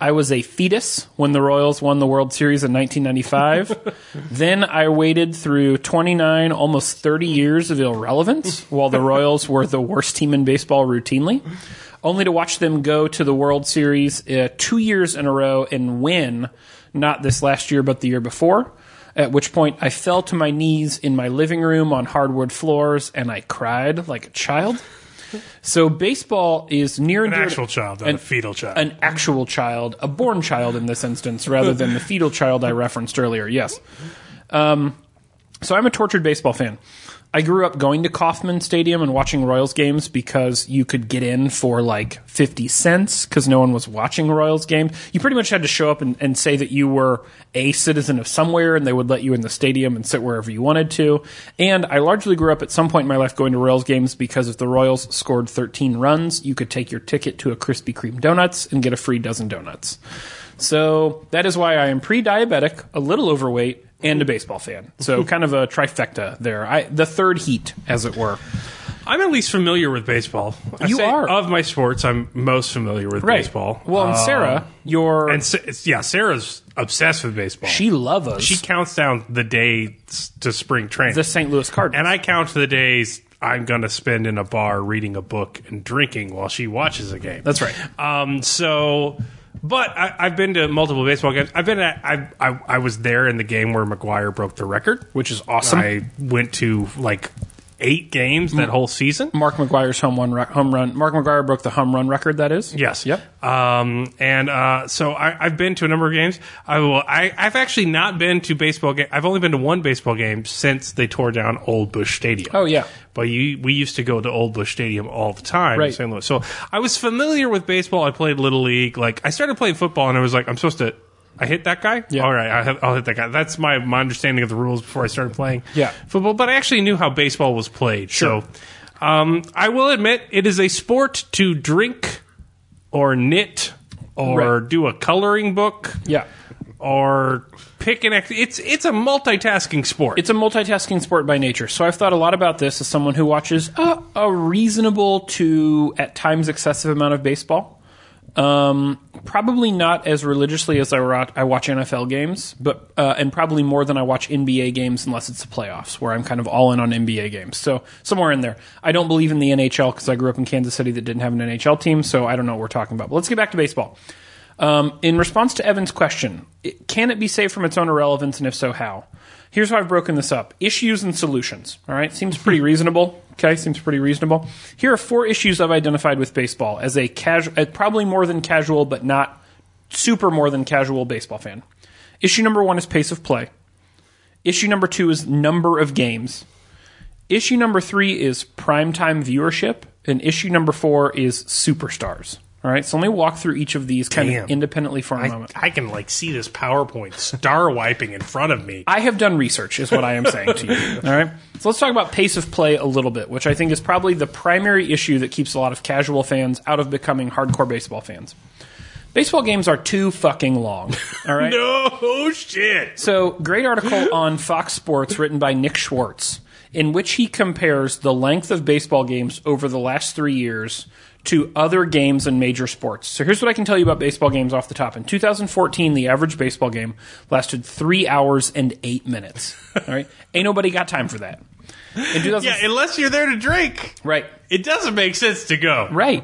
I was a fetus when the Royals won the World Series in 1995. then I waited through 29, almost 30 years of irrelevance while the Royals were the worst team in baseball routinely, only to watch them go to the World Series uh, two years in a row and win, not this last year, but the year before. At which point I fell to my knees in my living room on hardwood floors and I cried like a child. So baseball is near and
An
dear to-
actual child, not
an-
a fetal child.
an actual child, a born child in this instance, rather than the fetal child I referenced earlier. Yes. Um, so I'm a tortured baseball fan. I grew up going to Kauffman Stadium and watching Royals games because you could get in for like 50 cents because no one was watching Royals games. You pretty much had to show up and, and say that you were a citizen of somewhere and they would let you in the stadium and sit wherever you wanted to. And I largely grew up at some point in my life going to Royals games because if the Royals scored 13 runs, you could take your ticket to a Krispy Kreme Donuts and get a free dozen donuts. So that is why I am pre-diabetic, a little overweight, and a baseball fan. So kind of a trifecta there. I the third heat, as it were.
I'm at least familiar with baseball. I
You
say
are.
of my sports. I'm most familiar with baseball.
Well, and
Um,
Sarah, your
and Sa- it's- yeah, Sarah's obsessed with baseball.
she love us.
she counts down the days to spring training.
the St. Louis Cardinals.
And I count the days I'm going to spend in a bar reading a book and drinking while she watches a game.
That's right.
Um, so, but I, I've been to multiple baseball games. I've been at, I, I, I was there in the game where McGuire broke the record, which is awesome. I went to like eight games that whole season.
Mark McGuire's home run, home run. Mark McGuire broke the home run record. That is.
Yes.
Yep.
Um, and uh, so I, I've been to a number of games. I will. I, I've actually not been to baseball game. I've only been to one baseball game since they tore down Old Bush Stadium.
Oh, yeah.
But you, we used to go to Old Bush Stadium all the time in
Right.
St. Louis. So I was familiar with baseball. I played little league. Like I started playing football, and I was like, I'm supposed to. I hit that guy.
Yeah.
All right, I have, I'll hit that guy. That's my my understanding of the rules before I started playing
Yeah.
football. But I actually knew how baseball was played.
Sure.
So um, I will admit, it is a sport to drink or knit or do a coloring book
Yeah.
or pick an act. It's it's a multitasking sport.
It's a multitasking sport by nature. So I've thought a lot about this as someone who watches a, a reasonable to at times excessive amount of baseball. Um, probably not as religiously as I, ro- I watch NFL games, but uh, and probably more than I watch NBA games unless it's the playoffs, where I'm kind of all in on NBA games. So somewhere in there, I don't believe in the NHL because I grew up in Kansas City that didn't have an NHL team, so I don't know what we're talking about. But let's get back to baseball. Um, in response to Evan's question, it, can it be saved from its own irrelevance, and if so, how? Here's how I've broken this up issues and solutions. All right, seems pretty reasonable. Okay, seems pretty reasonable. Here are four issues I've identified with baseball as a casual, uh, probably more than casual, but not super more than casual baseball fan. Issue number one is pace of play. Issue number two is number of games. Issue number three is primetime viewership, and issue number four is superstars. All right, so let me walk through each of these kind
Damn.
of independently for a moment.
I can like see this PowerPoint star wiping in front of me.
I have done research, is what I am saying to you. All right. So let's talk about pace of play a little bit, which I think is probably the primary issue that keeps a lot of casual fans out of becoming hardcore baseball fans. Baseball games are too fucking long. All right.
No shit.
So, great article on Fox Sports written by Nick Schwartz, in which he compares the length of baseball games over the last three years to other games in major sports. So, here's what I can tell you about baseball games off the top. In 2014, the average baseball game lasted three hours and eight minutes. All right, ain't nobody got time for that. In 2000,
Yeah, unless you're there to drink,
right.
it doesn't make sense to go.
Right.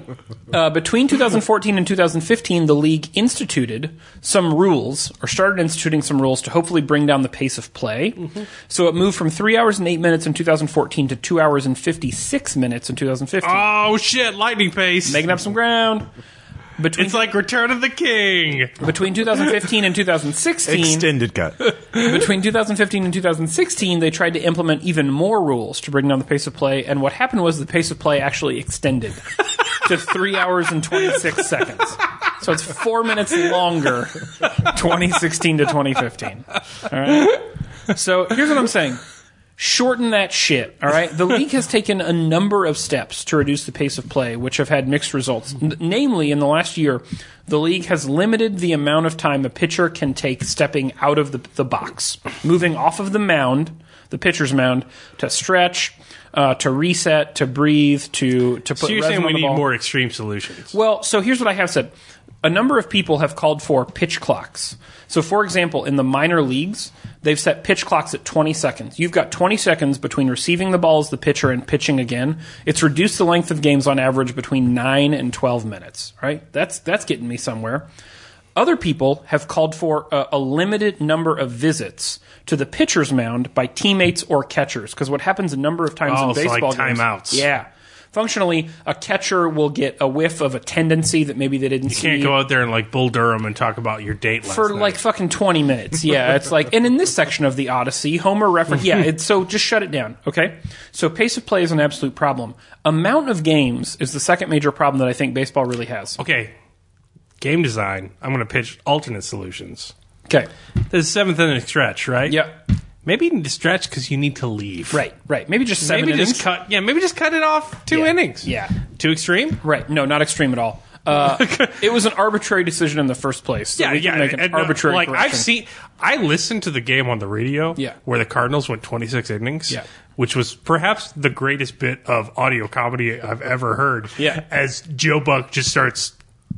Uh, between 2014 and 2015, the league instituted some rules, or started instituting some rules to hopefully bring down the pace of play.
Mm-hmm.
So it moved from three hours and eight minutes in 2014 to two hours and 56 minutes in 2015,
Oh shit! Lightning pace.
making up some ground. Between,
it's like Return of the King.
between 2015 and 2016,
Extended cut.
between 2015 and 2016, they tried to implement even more rules to bring down the pace of play, and what happened was the pace of play actually extended to three hours and 26 seconds. So it's four minutes longer, 2016 to 2015. All right. So here's what I'm saying. Shorten that shit, all right? The league has taken a number of steps to reduce the pace of play, which have had mixed results. N- namely, in the last year, the league has limited the amount of time a pitcher can take stepping out of the, the box, moving off of the mound, the pitcher's mound, to stretch, uh, to reset, to breathe, to to put.
So you're
resin
saying
on
we
the
need
ball.
more extreme solutions?
Well, so here's what I have said. A number of people have called for pitch clocks. So, for example, in the minor leagues, they've set pitch clocks at 20 seconds. You've got 20 seconds between receiving the ball as the pitcher and pitching again. It's reduced the length of games on average between 9 and 12 minutes, right? That's, that's getting me somewhere. Other people have called for a, a limited number of visits to the pitcher's mound by teammates or catchers. Because what happens a number of times
Oh,
in
so like
baseball games,
timeouts.
yeah. Functionally, a catcher will get a whiff of a tendency that maybe they didn't see
Can't go out there and like Bull Durham and talk about your date last
for
night.
like fucking 20 minutes. Yeah, it's like, and in this section of the Odyssey, Homer reference. Yeah, it's, so just shut it down, okay? So pace of play is an absolute problem. Amount of games is the second major problem that I think baseball really has.
okay, game design. I'm going to pitch alternate solutions.
Okay.
This is seventh inning stretch, right?
Yeah.
Maybe you need to stretch because you need to leave.
Right, right. Maybe just seven
Maybe
innings.
just cut. Yeah. Maybe just cut it off two
Yeah.
innings.
Yeah.
Too extreme.
Right. No, not extreme at all. Uh, it was an arbitrary decision in the first place. so we can make an
and, uh,
arbitrary
Like I've
correction.
seen, I listened to the game on the radio.
Yeah.
where the Cardinals went 26 innings.
Yeah.
which was perhaps the greatest bit of audio comedy I've ever heard.
Yeah.
as Joe Buck just starts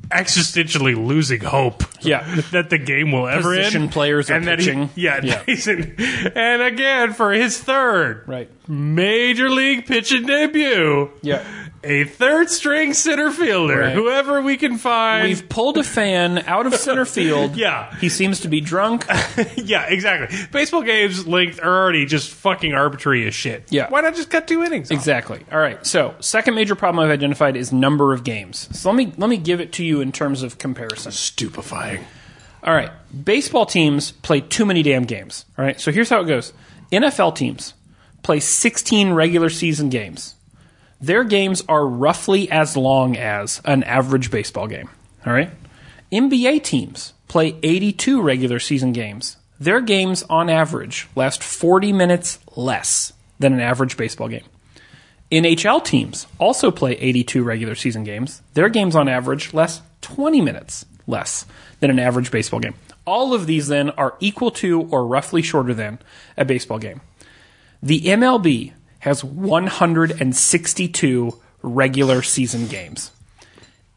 existentially losing hope.
Yeah.
that the game will ever
Position
end.
players are
and that he-
pitching.
yeah,
Yeah.
he's in- and again for his third
Right.
major league pitching debut.
Yeah.
A third string center fielder,
Right.
whoever we can find.
We've pulled a fan out of center field.
Yeah.
He seems to be drunk.
Yeah, exactly. Baseball games length are already just fucking arbitrary as shit.
Yeah.
Why not just cut two innings? off?
Exactly. All right. So, second major problem I've identified is number of games. So, let me let me give it to you in terms of comparison.
Stupefying.
All right. Baseball teams play too many damn games. All right. So here's how it goes NFL teams play 16 regular season games. Their games are roughly as long as an average baseball game. All right. NBA teams play 82 regular season games. Their games, on average, last 40 minutes less than an average baseball game. NHL teams also play 82 regular season games. Their games on average last 20 minutes less than an average baseball game. All of these then are equal to or roughly shorter than a baseball game. The MLB has 162 regular season games.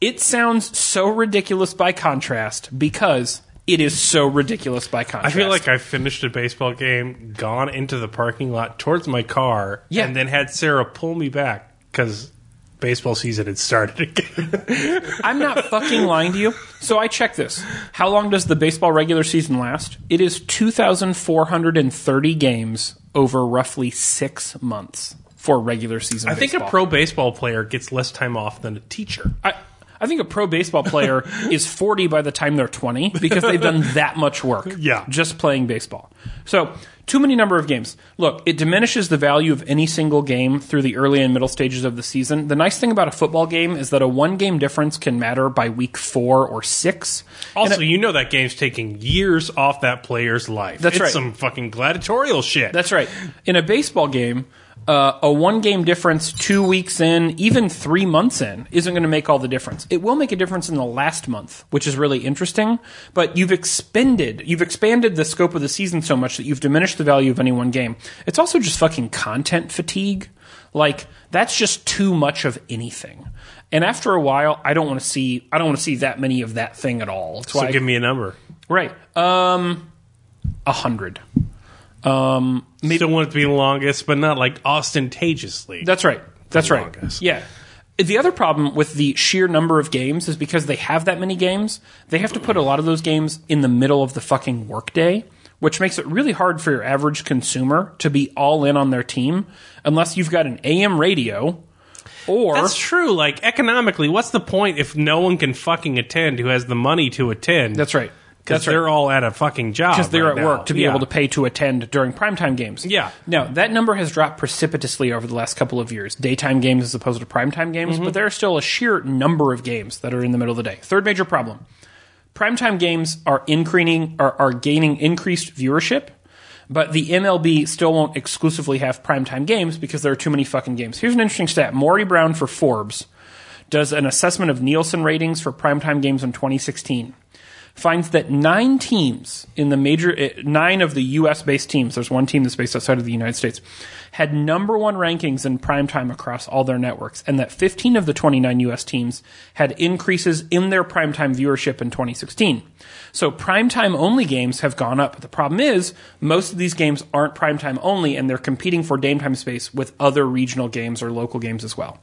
It sounds so ridiculous by contrast because it is so ridiculous by
I
contrast.
feel like I finished a baseball game, gone into the parking lot towards my car,
Yeah.
and then had Sarah pull me back because baseball season had started again.
I'm not fucking lying to you. So I checked this. How long does the baseball regular season last? It is 2,430 games over roughly six months for regular season.
I think a
baseball.
pro baseball player gets less time off than a teacher.
I, I think a pro baseball player is 40 by the time they're 20 because they've done that much work.
Yeah.
Just playing baseball. So, too many number of games. Look, it diminishes the value of any single game through the early and middle stages of the season. The nice thing about a football game is that a one game difference can matter by week four or six.
Also, you know that game's taking years off that player's life.
That's
it's
right.
Some fucking gladiatorial shit.
That's right. In a baseball game, uh, a one game difference two weeks in, even three months in, isn't going to make all the difference. It will make a difference in the last month, which is really interesting. But you've expended, you've expanded the scope of the season so much that you've diminished the value of any one game. It's also just fucking content fatigue. Like that's just too much of anything. And after a while, I don't want to see, I don't want to see that many of that thing at all. That's why
so
I-
give me a number.
right, um, a hundred. Um,
Maybe. Still want it to be the longest, but not like ostentatiously.
That's right. That's right.
longest.
Yeah. The other problem with the sheer number of games is because they have that many games, they have to put a lot of those games in the middle of the fucking workday, which makes it really hard for your average consumer to be all in on their team unless you've got an AM radio or
That's true. Like economically, what's the point if no one can fucking attend who has the money to attend?
That's right.
Because
That's right.
they're all at a fucking job.
because they're
right
at
now.
work to be
Yeah.
able to pay to attend during primetime games.
Yeah.
Now, that number has dropped precipitously over the last couple of years. Daytime games as opposed to primetime games,
Mm-hmm.
but there are still a sheer number of games that are in the middle of the day. Third major problem. Primetime games are increasing are, are gaining increased viewership, but the MLB still won't exclusively have primetime games because there are too many fucking games. Here's an interesting stat. Maury Brown for Forbes does an assessment of Nielsen ratings for primetime games in 2016 finds that nine teams in the major, eh, nine of the U.S. based teams, there's one team that's based outside of the United States, had number one rankings in primetime across all their networks, and that 15 of the 29 U.S. teams had increases in their primetime viewership in 2016. So primetime only games have gone up. The problem is, most of these games aren't primetime only, and they're competing for game time space with other regional games or local games as well.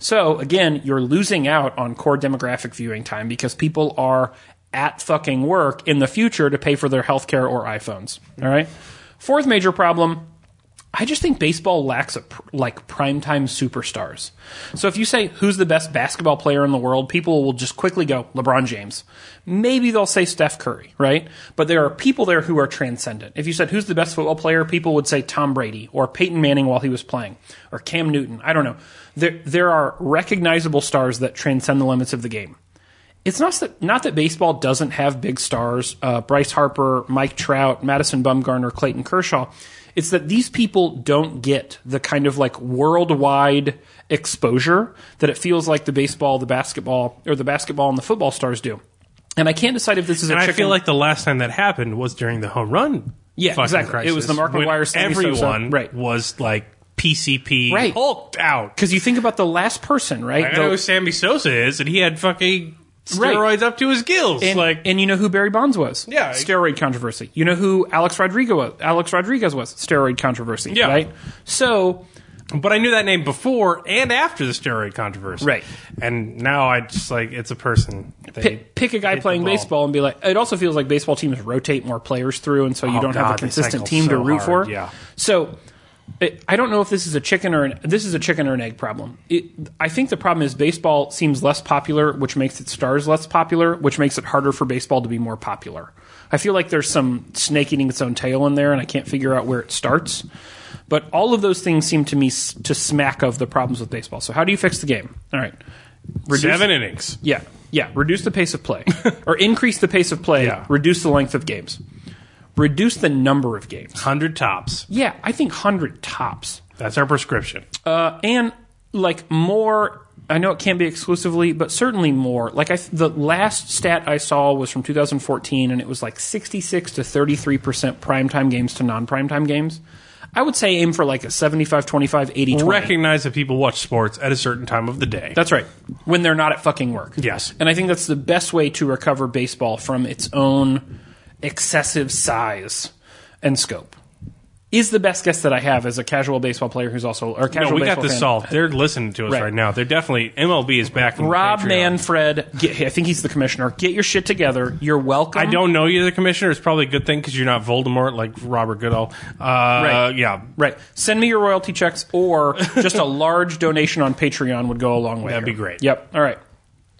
So again, you're losing out on core demographic viewing time because people are at fucking work in the future to pay for their healthcare or iPhones. All right. Fourth major problem. I just think baseball lacks a, pr- like primetime superstars. So if you say who's the best basketball player in the world, people will just quickly go LeBron James. Maybe they'll say Steph Curry, right? But there are people there who are transcendent. If you said who's the best football player, people would say Tom Brady or Peyton Manning while he was playing or Cam Newton. I don't know. There there are recognizable stars that transcend the limits of the game it's not that not that baseball doesn't have big stars, uh, Bryce Harper, Mike Trout, Madison Bumgarner, Clayton Kershaw. It's that these people don't get the kind of like worldwide exposure that it feels like the baseball, the basketball, or the basketball and the football stars do. And I can't decide if this is a
And I
chicken.
feel like the last time that happened was during the home run.
Yeah,
fucking
exactly.
Crisis,
It was the Mark
when
McGwire, Sammy Sosa.
Everyone
Right.
was like PCP
Right.
hulked out.
because you think about the last person, right?
I
The-
know who Sammy Sosa is, and he had fucking steroids up to his gills.
And,
like
and you know who Barry Bonds was?
Yeah.
steroid controversy. You know who Alex Rodriguez was? Alex Rodriguez was steroid controversy.
Yeah.
right. So
But I knew that name before and after the steroid controversy.
Right.
And now I just like it's a person. They,
pick, pick a guy
the
playing
ball.
baseball and be like. It also feels like baseball teams rotate more players through, and so you
Oh,
don't have a
God, they
consistent
cycle
team to
so
root
hard,
for.
yeah.
So it, I don't know if this is a chicken or an this is a chicken or an egg problem. It, I think the problem is baseball seems less popular, which makes its stars less popular, which makes it harder for baseball to be more popular. I feel like there's some snake eating its own tail in there, and I can't figure out where it starts. But all of those things seem to me s- to smack of the problems with baseball. So how do you fix the game? All right, Reduce-
seven innings.
yeah, yeah. Reduce the pace of play, or increase the pace of play.
Yeah.
Reduce the length of games. Reduce the number of games.
Hundred tops.
Yeah, I think hundred tops,
That's our prescription.
uh, and like more. I know it can't be exclusively, but certainly more. Like I, the last stat I saw was from 2014, and it was like 66 to 33 percent primetime games to non-primetime games. I would say aim for like a 75, 25, 80, 20.
Recognize that people watch sports at a certain time of the day.
That's right. When they're not at fucking work.
Yes.
And I think that's the best way to recover baseball from its own excessive size and scope. is the best guess that I have as a casual baseball player who's also or a casual
No, we got
baseball
this
fan.
solved. They're listening to us
Right.
right, now. They're definitely MLB is back. in the
Rob
Patreon.
Manfred, get, I think he's the commissioner. Get your shit together. You're welcome.
I don't know you, the commissioner. It's probably a good thing because you're not Voldemort like Robert Goodall. Uh,
Right.
Yeah,
Right. Send me your royalty checks or just a large donation on Patreon would go a long way.
That'd
here.
be great.
Yep. All right.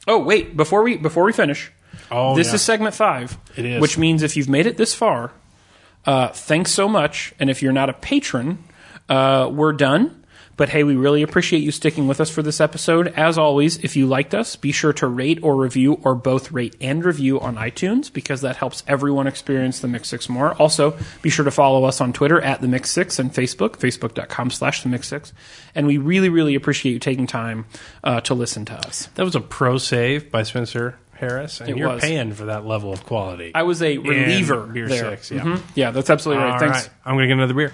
Oh, wait, before we before we finish.
Oh,
this
yeah.
is segment 5.
It is.
Which means if you've made it this far, uh, thanks so much and if you're not a patron, uh, we're done. But hey, we really appreciate you sticking with us for this episode. As always, if you liked us, be sure to rate or review or both rate and review on iTunes because that helps everyone experience the Mix 6 more. Also, be sure to follow us on Twitter at the Mix 6 and Facebook, facebook.com slash the Mix 6. And we really, really appreciate you taking time uh, to listen to us.
that was a pro save by Spencer Harris, and
It
you're
was.
paying for that level of quality.
I was a reliever
beer
there.
six, yeah.
Mhm. Yeah, that's absolutely right.
All
Thanks.
right. I'm gonna get another beer.